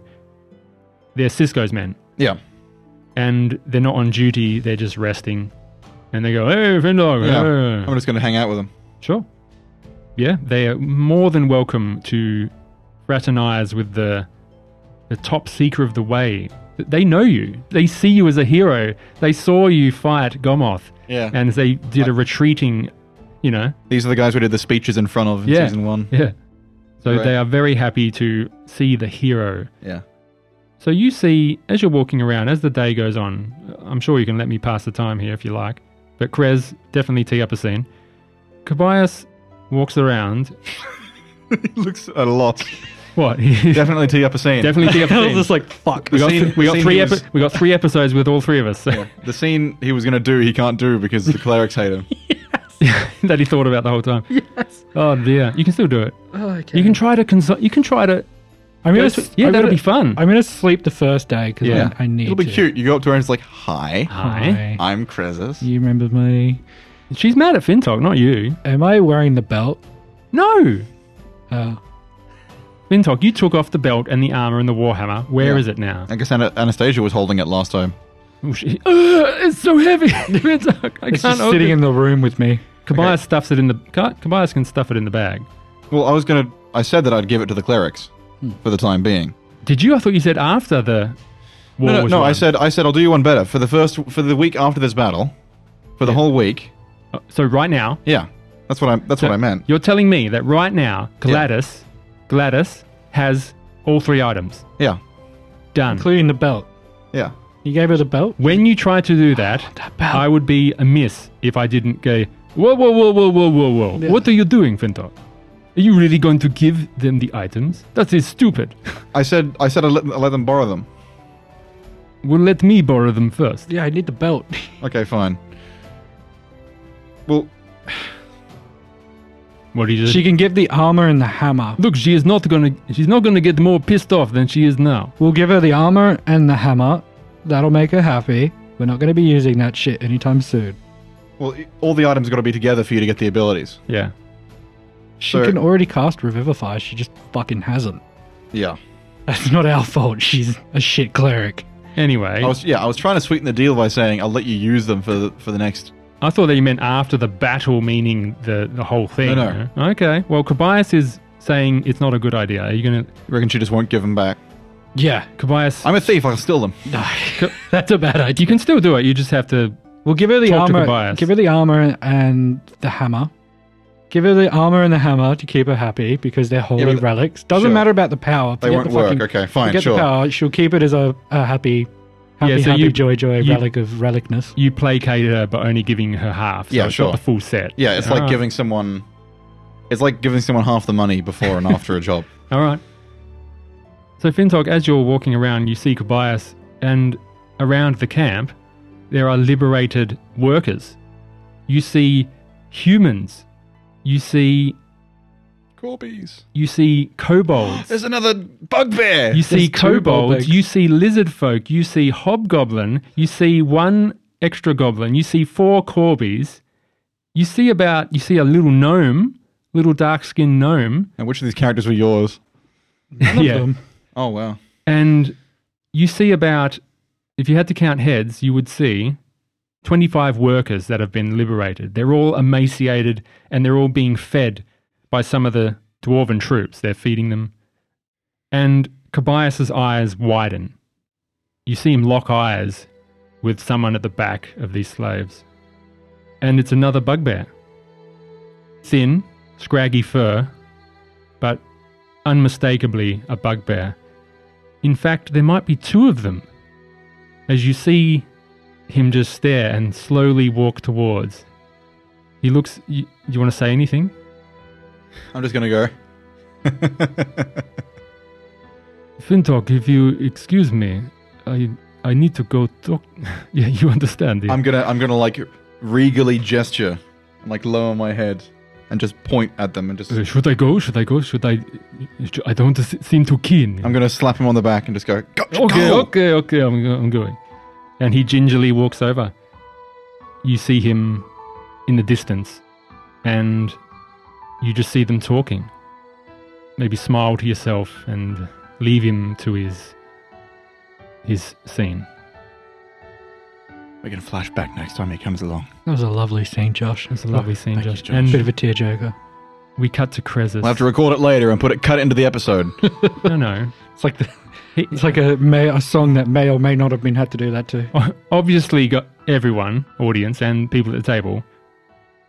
S1: They're Cisco's men,
S2: Yeah.
S1: and they're not on duty. They're just resting, and they go, "Hey, Findog,
S2: Yeah.
S1: hey."
S2: I'm just going to hang out with them.
S1: Sure. Yeah, they are more than welcome to fraternize with the the top seeker of the way. They know you. They see you as a hero. They saw you fight Gomoth,
S2: Yeah.
S1: and they did a retreating. You know,
S2: These are the guys we did the speeches in front of in
S1: Yeah.
S2: season one.
S1: yeah. So
S2: Right.
S1: they are very happy to see the hero.
S2: Yeah.
S1: So you see, as you're walking around, as the day goes on, I'm sure you can let me pass the time here if you like, but Krez definitely tee up a scene. Kobayas walks around.
S2: it looks a lot.
S1: What?
S2: Definitely tee up a scene.
S1: Definitely tee up
S3: I
S1: a
S3: was
S1: scene.
S3: just like, fuck.
S1: we got,
S2: scene-
S1: we,
S2: the
S1: got
S2: scene
S1: three
S2: he
S1: epi-
S2: was-
S1: we got three episodes with all three of us so
S2: The scene he was going to do, he can't do because the clerics hate him.
S1: that he thought about the whole time.
S3: Yes.
S1: Oh dear, you can still do it.
S3: Oh, okay.
S1: You can try to consult. You can try to.
S3: I'm gonna, s-
S1: yeah,
S3: I'm
S1: that'll
S3: gonna-
S1: be fun.
S3: I'm gonna sleep the first day because
S2: Yeah.
S3: I, I need.
S2: It'll be
S3: to.
S2: cute. You go up to her and it's like, "Hi,
S1: Hi.
S3: Hi.
S2: I'm Krezus."
S3: You remember me?
S1: She's mad at Fintok, not you.
S3: Am I wearing the belt?
S1: No,
S3: Uh,
S1: Fintok, you took off the belt and the armor and the warhammer. Where
S2: Yeah.
S1: is it now?
S2: I guess Ana- Anastasia was holding it last time.
S1: Oh, she- Ugh, it's so heavy. Fintok, I
S3: it's
S1: can't.
S3: just sitting in the room with me.
S1: Kobayas
S2: Okay.
S1: stuffs it in the. Kobayas can stuff it in the bag.
S2: Well, I was gonna. I said that I'd give it to the clerics
S3: Hmm.
S2: for the time being.
S1: Did you? I thought you said after the. War
S2: No, no,
S1: was
S2: no, I
S1: won.
S2: said I said I'll do you one better for the first for the week after this battle, for the whole week.
S1: Uh, So right now,
S2: Yeah, that's what I that's what I meant.
S1: You're telling me that right now, Gladys, Gladys has all three items
S2: Yeah,
S1: done.
S3: including the belt.
S2: yeah.
S3: You gave her the belt.
S1: When you try to do that,
S3: that belt.
S1: I would be amiss if I didn't go. Whoa, whoa, whoa, whoa, whoa, whoa, whoa!
S3: Yeah.
S1: What are you doing, Fintok? Are you really going to give them the items? That is stupid.
S2: I said I said I let, I let them borrow them.
S1: Well, let me borrow them first.
S3: Yeah, I need the belt.
S2: Okay, fine. Well,
S1: What do you just?
S3: she can give the armor and the hammer.
S1: Look, she is not gonna. She's not gonna get more pissed off than she is now.
S3: We'll give her the armor and the hammer. That'll make her happy. We're not going to be using that shit anytime soon.
S2: well, i- all the items got to be together for you to get the abilities.
S1: Yeah.
S3: She
S2: So-
S3: can already cast Revivify. She just fucking hasn't.
S2: Yeah.
S3: That's not our fault. She's a shit cleric.
S1: Anyway,
S3: Oh,
S2: I was yeah, I was trying to sweeten the deal by saying I'll let you use them for the, for the next.
S1: I thought that you meant after the battle, meaning the, the whole thing.
S2: No, no.
S1: you know? Okay. Well, Kobayas is saying it's not a good idea. Are you going to.
S2: You reckon she just won't give them back?
S3: Yeah.
S1: Kobayas.
S2: I'm a thief. I'll steal them.
S3: That's a bad
S1: You
S3: idea.
S1: can still do it. You just have to.
S3: We'll give her the
S1: Talk to
S3: armor.
S1: Kobayas.
S3: Give her the armor and the hammer. Give her the armor and the hammer to keep her happy because they're holy
S2: but th-
S3: relics. Doesn't
S2: sure.
S3: matter about the power.
S2: They
S3: Forget
S2: won't
S3: the
S2: work.
S3: fucking-
S2: okay, fine,
S3: forget
S2: sure.
S3: the power. She'll keep it as a, a happy, happy,
S1: Yeah, so
S3: happy,
S1: you-
S3: joy, joy
S1: you-
S3: relic of relicness.
S1: You placate her, but only giving her half. So
S2: Yeah,
S1: it's
S2: sure.
S1: Not the full set.
S2: Yeah, it's
S1: Ah,
S2: like giving someone. It's like giving someone half the money before and after a job.
S1: All right. So, Fintok, as you're walking around, you see Kobayas, and around the camp, there are liberated workers. You see humans. You see.
S2: Corbies.
S1: You see kobolds.
S2: There's another bugbear.
S1: You see
S3: There's two
S1: kobolds,
S3: Baltics.
S1: you see lizard folk, you see hobgoblin, you see one extra goblin, you see four corbies, you see about you see a little gnome, little dark skinned gnome.
S2: and which of these characters were yours?
S3: None of
S1: Yeah.
S3: them.
S2: Oh wow.
S1: And you see about if you had to count heads, you would see twenty five workers that have been liberated. They're all emaciated and they're all being fed by some of the dwarven troops. They're feeding them. And Cobias's eyes widen. You see him lock eyes with someone at the back of these slaves. And it's another bugbear. Thin, scraggy fur, but unmistakably a bugbear. In fact, there might be two of them. As you see him just stare and slowly walk towards. He looks. You, you want to say anything?
S2: I'm just gonna go.
S1: Fintok, if you excuse me, I I need to go talk. yeah, you understand. yeah.
S2: I'm gonna I'm gonna like regally gesture and like lower my head and just point at them and just
S1: Uh, Should I go? Should I go? Should I? I don't se- seem too keen.
S2: I'm gonna slap him on the back and just go. Gotcha,
S1: okay, oh.
S2: go!"
S1: okay, okay. I'm, go- I'm going. And he gingerly walks over. You see him in the distance, and you just see them talking. Maybe smile to yourself and leave him to his his scene.
S2: We can flash back next time he comes along.
S3: That was a lovely scene, Josh.
S1: It's a lovely scene,
S2: Oh, thank you,
S1: Josh.
S2: Josh.
S1: And
S3: Bit of a tearjerker.
S1: we cut to Krezis.
S2: We'll have to record it later and put it cut it into the episode.
S1: no, no.
S3: It's like the,
S1: He-
S3: it's like a may a song that may or may not have been had to do that to.
S1: obviously got everyone, audience and people at the table.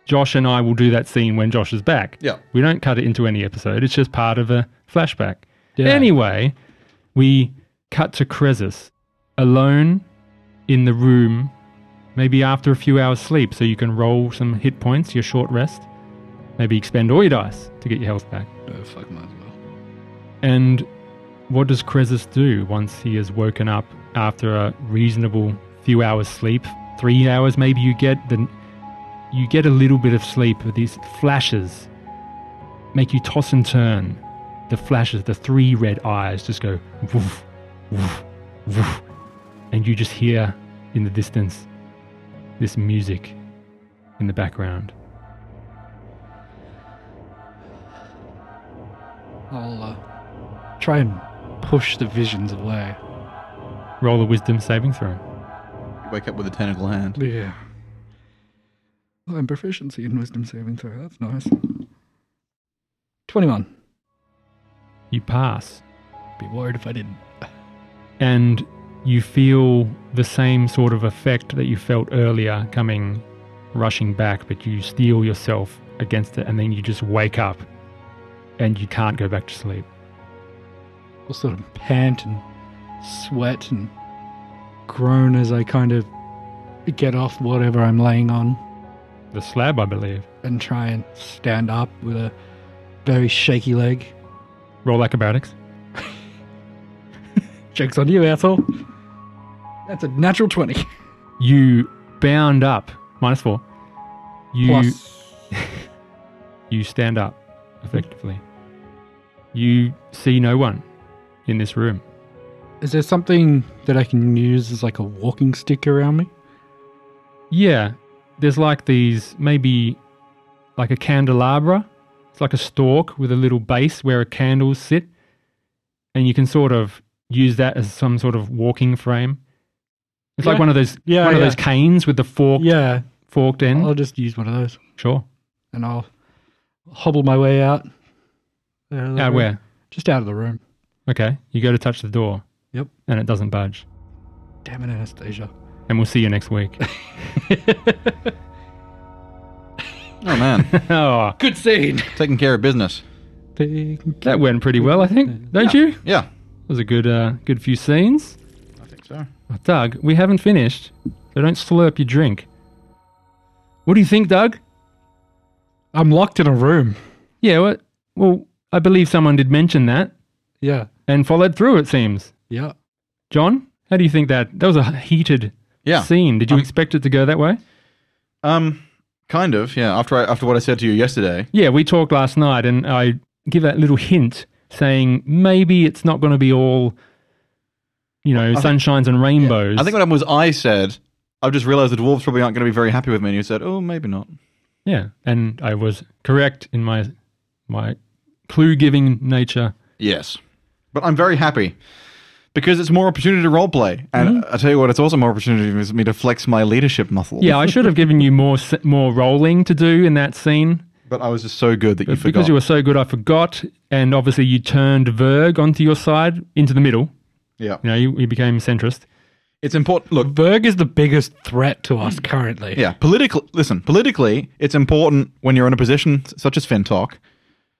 S1: Josh and I will do that scene when Josh is back.
S2: Yeah.
S1: We don't cut it into any episode. It's just part of a flashback.
S3: Yeah.
S1: Anyway, we cut to Krezus alone in the room, maybe after a few hours sleep, so you can roll some hit points, your short rest, maybe expend all your dice to get your health back.
S3: Oh, fuck, might as well.
S1: And what does Krezus do once he has woken up after a reasonable few hours sleep? Three hours, maybe you get the you get a little bit of sleep, but these flashes make you toss and turn. The flashes, the three red eyes just go woof, woof, woof, and you just hear in the distance this music in the background.
S3: I'll uh, try and push the visions away.
S1: Roll a wisdom saving throw.
S2: Wake up with a tentacle hand.
S3: Yeah. Oh, and proficiency in wisdom saving throw. That's nice. Twenty-one.
S1: You pass.
S3: Be worried if I didn't.
S1: and you feel the same sort of effect that you felt earlier coming rushing back, but you steel yourself against it, and then you just wake up and you can't go back to sleep.
S3: I'll sort of pant and sweat and groan as I kind of get off whatever I'm laying on
S1: The slab, I believe.
S3: and try and stand up with a very shaky leg.
S1: Roll acrobatics.
S3: Joke's on you, asshole. That's a natural 20.
S1: You bound up, minus four. You,
S3: Plus.
S1: you stand up effectively. You see no one in this room.
S3: Is there something that I can use as like a walking stick around me?
S1: Yeah, there's like these maybe like a candelabra. It's like a stalk with a little base where a candles sit, and you can sort of use that as some sort of walking frame. It's
S3: Yeah.
S1: like one of those
S3: Yeah,
S1: one of
S3: yeah.
S1: those canes with the fork
S3: Yeah,
S1: forked end.
S3: I'll just use one of those
S1: sure.
S3: and I'll hobble my way out. Out, of the
S1: Out
S3: room.
S1: Uh, where?
S3: Just out of the room.
S1: Okay. You go to touch the door.
S3: Yep.
S1: And it doesn't budge.
S3: Damn it, Anastasia.
S1: And we'll see you next week.
S2: Oh man,
S1: oh,
S3: Good scene.
S2: taking care of business.
S1: that went pretty well, I think. Don't you? It
S2: Yeah,
S1: was a good uh, good few scenes.
S2: I think so.
S1: Oh, Doug, we haven't finished, so don't slurp your drink. What do you think, Doug?
S3: I'm locked in a room.
S1: Yeah, well, well, I believe someone did mention that
S3: Yeah.
S1: and followed through, it seems.
S3: Yeah.
S1: John, how do you think that? That was a heated
S2: Yeah,
S1: scene. Did you
S2: Um,
S1: expect it to go that way?
S2: um, kind of. Yeah, after I, after what I said to you yesterday.
S1: Yeah, we talked last night, and I give that little hint saying maybe it's not going to be all, you know, sunshines and rainbows.
S2: I think what happened was I said I've just realised the dwarves probably aren't going to be very happy with me. And you said, oh, maybe not.
S1: yeah, and I was correct in my my clue giving nature.
S2: Yes. But I'm very happy because it's more opportunity to roleplay. And I tell you what, it's also more opportunity for me to flex my leadership muscle.
S1: Hmm? Yeah, I should have given you more s- more rolling to do in that scene.
S2: But I was just so good that you forgot.
S1: Because you were so good, I forgot. And obviously, you turned Verg onto your side, into the middle.
S2: yeah.
S1: You know, you, you became centrist.
S2: It's important. Look,
S3: Berg is the biggest threat to
S1: Hmm.
S3: us currently.
S2: yeah. Politically, listen, politically, it's important when you're in a position s- such as Fintok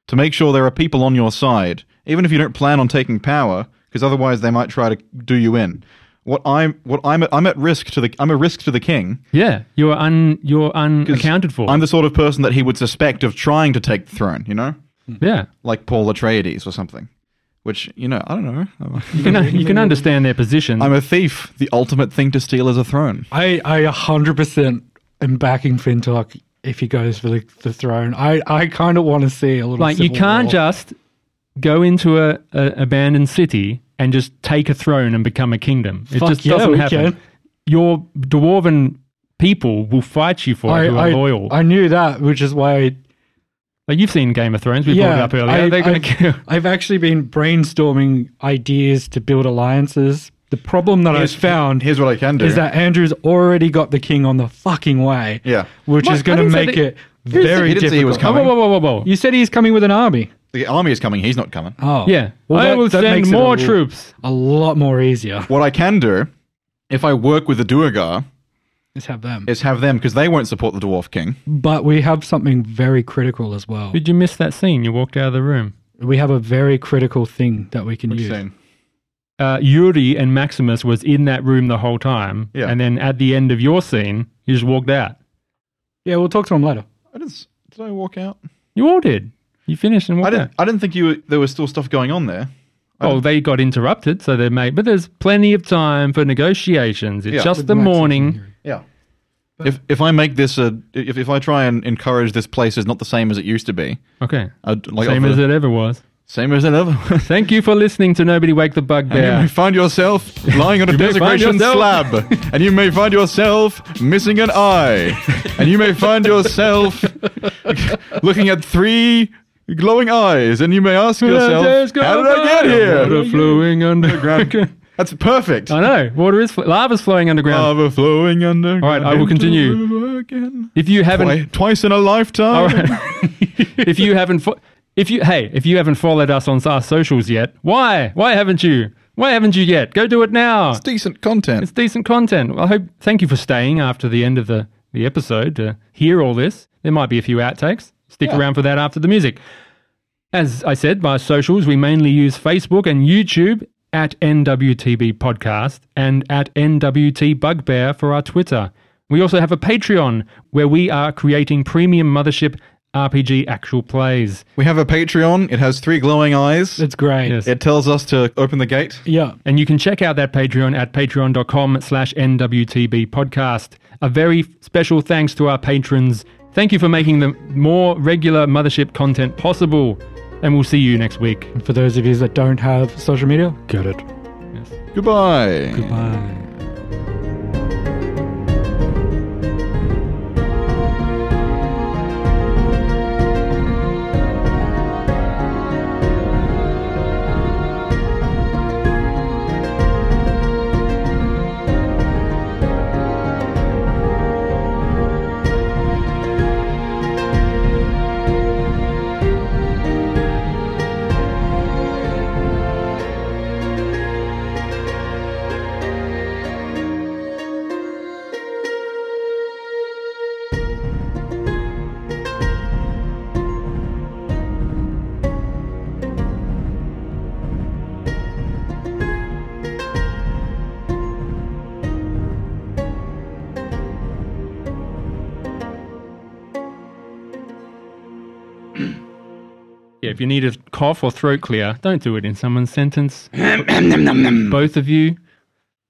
S2: to make sure there are people on your side, even if you don't plan on taking power, because otherwise they might try to do you in. What I'm, what I'm, at, I'm at risk to the, I'm a risk to the king.
S1: Yeah, you're un you're unaccounted for.
S2: I'm the sort of person that he would suspect of trying to take the throne. You know,
S1: yeah,
S2: like Paul Atreides or something. Which you know, I don't know.
S1: you
S2: I'm-
S1: can you can understand their position.
S2: I'm a thief. The ultimate thing to steal is a throne.
S3: I, I 100% am backing Fintok if he goes for the, the throne. I, I kind of want to see a little
S1: like you
S3: civil
S1: can't
S3: war.
S1: just go into a, a abandoned city and just take a throne and become a kingdom. It
S3: Fuck
S1: just
S3: yeah,
S1: doesn't
S3: we
S1: happen.
S3: can.
S1: Your dwarven people will fight you for it. Who are
S3: I,
S1: loyal?
S3: I knew that, which is why
S1: like you've seen Game of Thrones. We brought it up earlier. They're going to kill.
S3: I've, I've actually been brainstorming ideas to build alliances. The problem that I've found
S2: Here's what I can do.
S3: is that Andrew's already got the king on the fucking way.
S2: Yeah.
S3: Which
S1: Mike,
S3: is going
S1: I
S3: to
S1: didn't say
S3: make
S1: that-
S3: it
S1: didn't say-
S3: very
S2: He didn't
S3: difficult.
S2: say he was
S1: Oh,
S2: coming.
S1: whoa, whoa, whoa, whoa, whoa!
S3: You said he's coming with an army.
S2: the army is coming? He's not coming.
S3: Oh.
S1: yeah,
S3: Well,
S1: I
S3: that-
S1: will
S3: that
S1: send
S3: makes it
S1: more
S3: a-
S1: troops.
S3: A lot more easier.
S2: What I can do, if I work with the Duergar,
S3: Let's have them.
S2: is have them because they won't support the Dwarf King.
S3: But we have something very critical as well.
S1: Did you miss that scene? You walked out of the room.
S3: We have a very critical thing that we can use.
S2: Soon.
S1: Uh, Yuri and Maximus was in that room the whole time,
S2: Yeah.
S1: and then at the end of your scene, you just walked out.
S3: Yeah, we'll talk to him later.
S2: I didn't. s- Did I walk out?
S1: You all did. You finished and
S2: I
S1: walked out.
S2: didn't. I didn't think you. Were, there was still stuff going on there.
S1: Oh, they got interrupted, so they made. But there's plenty of time for negotiations. It's
S2: Yeah.
S1: just the
S3: Max is in
S1: morning.
S3: here.
S2: Yeah. If if I make this a if, if I try and encourage this place is not the same as it used to be.
S1: Okay,
S2: I'd, like
S1: same
S2: offer-
S1: as it ever was.
S2: Same as it ever. was.
S1: Thank you for listening to Nobody Wake the
S2: And you
S1: Bugbear.
S2: may find yourself lying on a
S1: You may find
S2: desecration
S1: yourself-
S2: slab, and you may find yourself missing an eye, and you may find yourself looking at three glowing eyes, and you may ask yourself,
S1: Days go
S2: "How did I
S1: by,
S2: get
S1: Water
S2: here?"
S1: flowing underground.
S2: Underground. Oh, That's perfect.
S1: I know water is fl- lava's flowing underground.
S2: Overflowing underground.
S1: All right, I will
S2: into
S1: continue.
S2: the river again.
S1: if you haven't,
S2: Twi- twice in a
S1: all
S2: lifetime.
S1: right. if you haven't, fo- if you hey, if you haven't followed us on our socials yet, why? Why haven't you? Why haven't you yet? Go do it now.
S2: It's decent content.
S1: It's decent content. Well, I hope. Thank you for staying after the end of the, the episode to hear all this. There might be a few outtakes. Stick around for that after the music. As I said, by socials, we mainly use Facebook and YouTube at NWTB Podcast and at NWT Bugbear for our Twitter. We also have a Patreon where we are creating premium mothership RPG actual plays.
S2: we have a Patreon. It has three glowing eyes.
S3: It's great.
S1: Yes.
S2: It tells us to open the gate.
S3: Yeah.
S1: And you can check out that Patreon at patreon.com slash NWTB podcast. A very special thanks to our patrons. Thank you for making the more regular mothership content possible. And we'll see you next week.
S3: And for those of you that don't have social media, get it.
S2: Goodbye.
S3: Bye.
S1: Yeah, if you need a cough or throat clear, don't do it in someone's sentence. Both of you.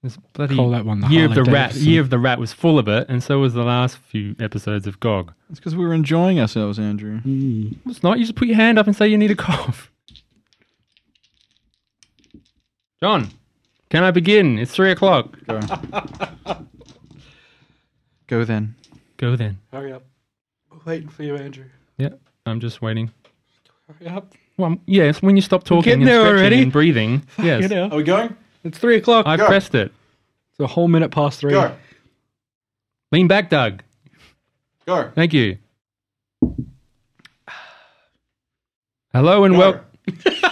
S1: This bloody
S3: Call that one the
S1: year of the
S3: Harley
S1: rat.
S3: Davidson.
S1: Year of the rat was full of it, and so was the last few episodes of Gog.
S2: It's because we were enjoying ourselves, Andrew.
S1: It's not. You just put your hand up and say you need a cough. John, can I begin? It's three o'clock.
S2: Go. Go then.
S1: Go then.
S3: Hurry up. We're waiting for you, Andrew.
S1: Yeah, I'm just waiting.
S3: Hurry up.
S1: Well, I'm- yes, when you stop talking
S3: getting
S1: and
S3: there
S1: stretching
S3: already.
S1: and breathing.
S3: You
S1: Yes,
S3: know,
S2: we going?
S3: it's three o'clock.
S1: I
S2: Go.
S1: pressed it.
S3: it's a whole minute past three.
S1: Lean back, Doug.
S2: Go.
S1: Thank you. Hello and
S2: Go.
S1: welcome.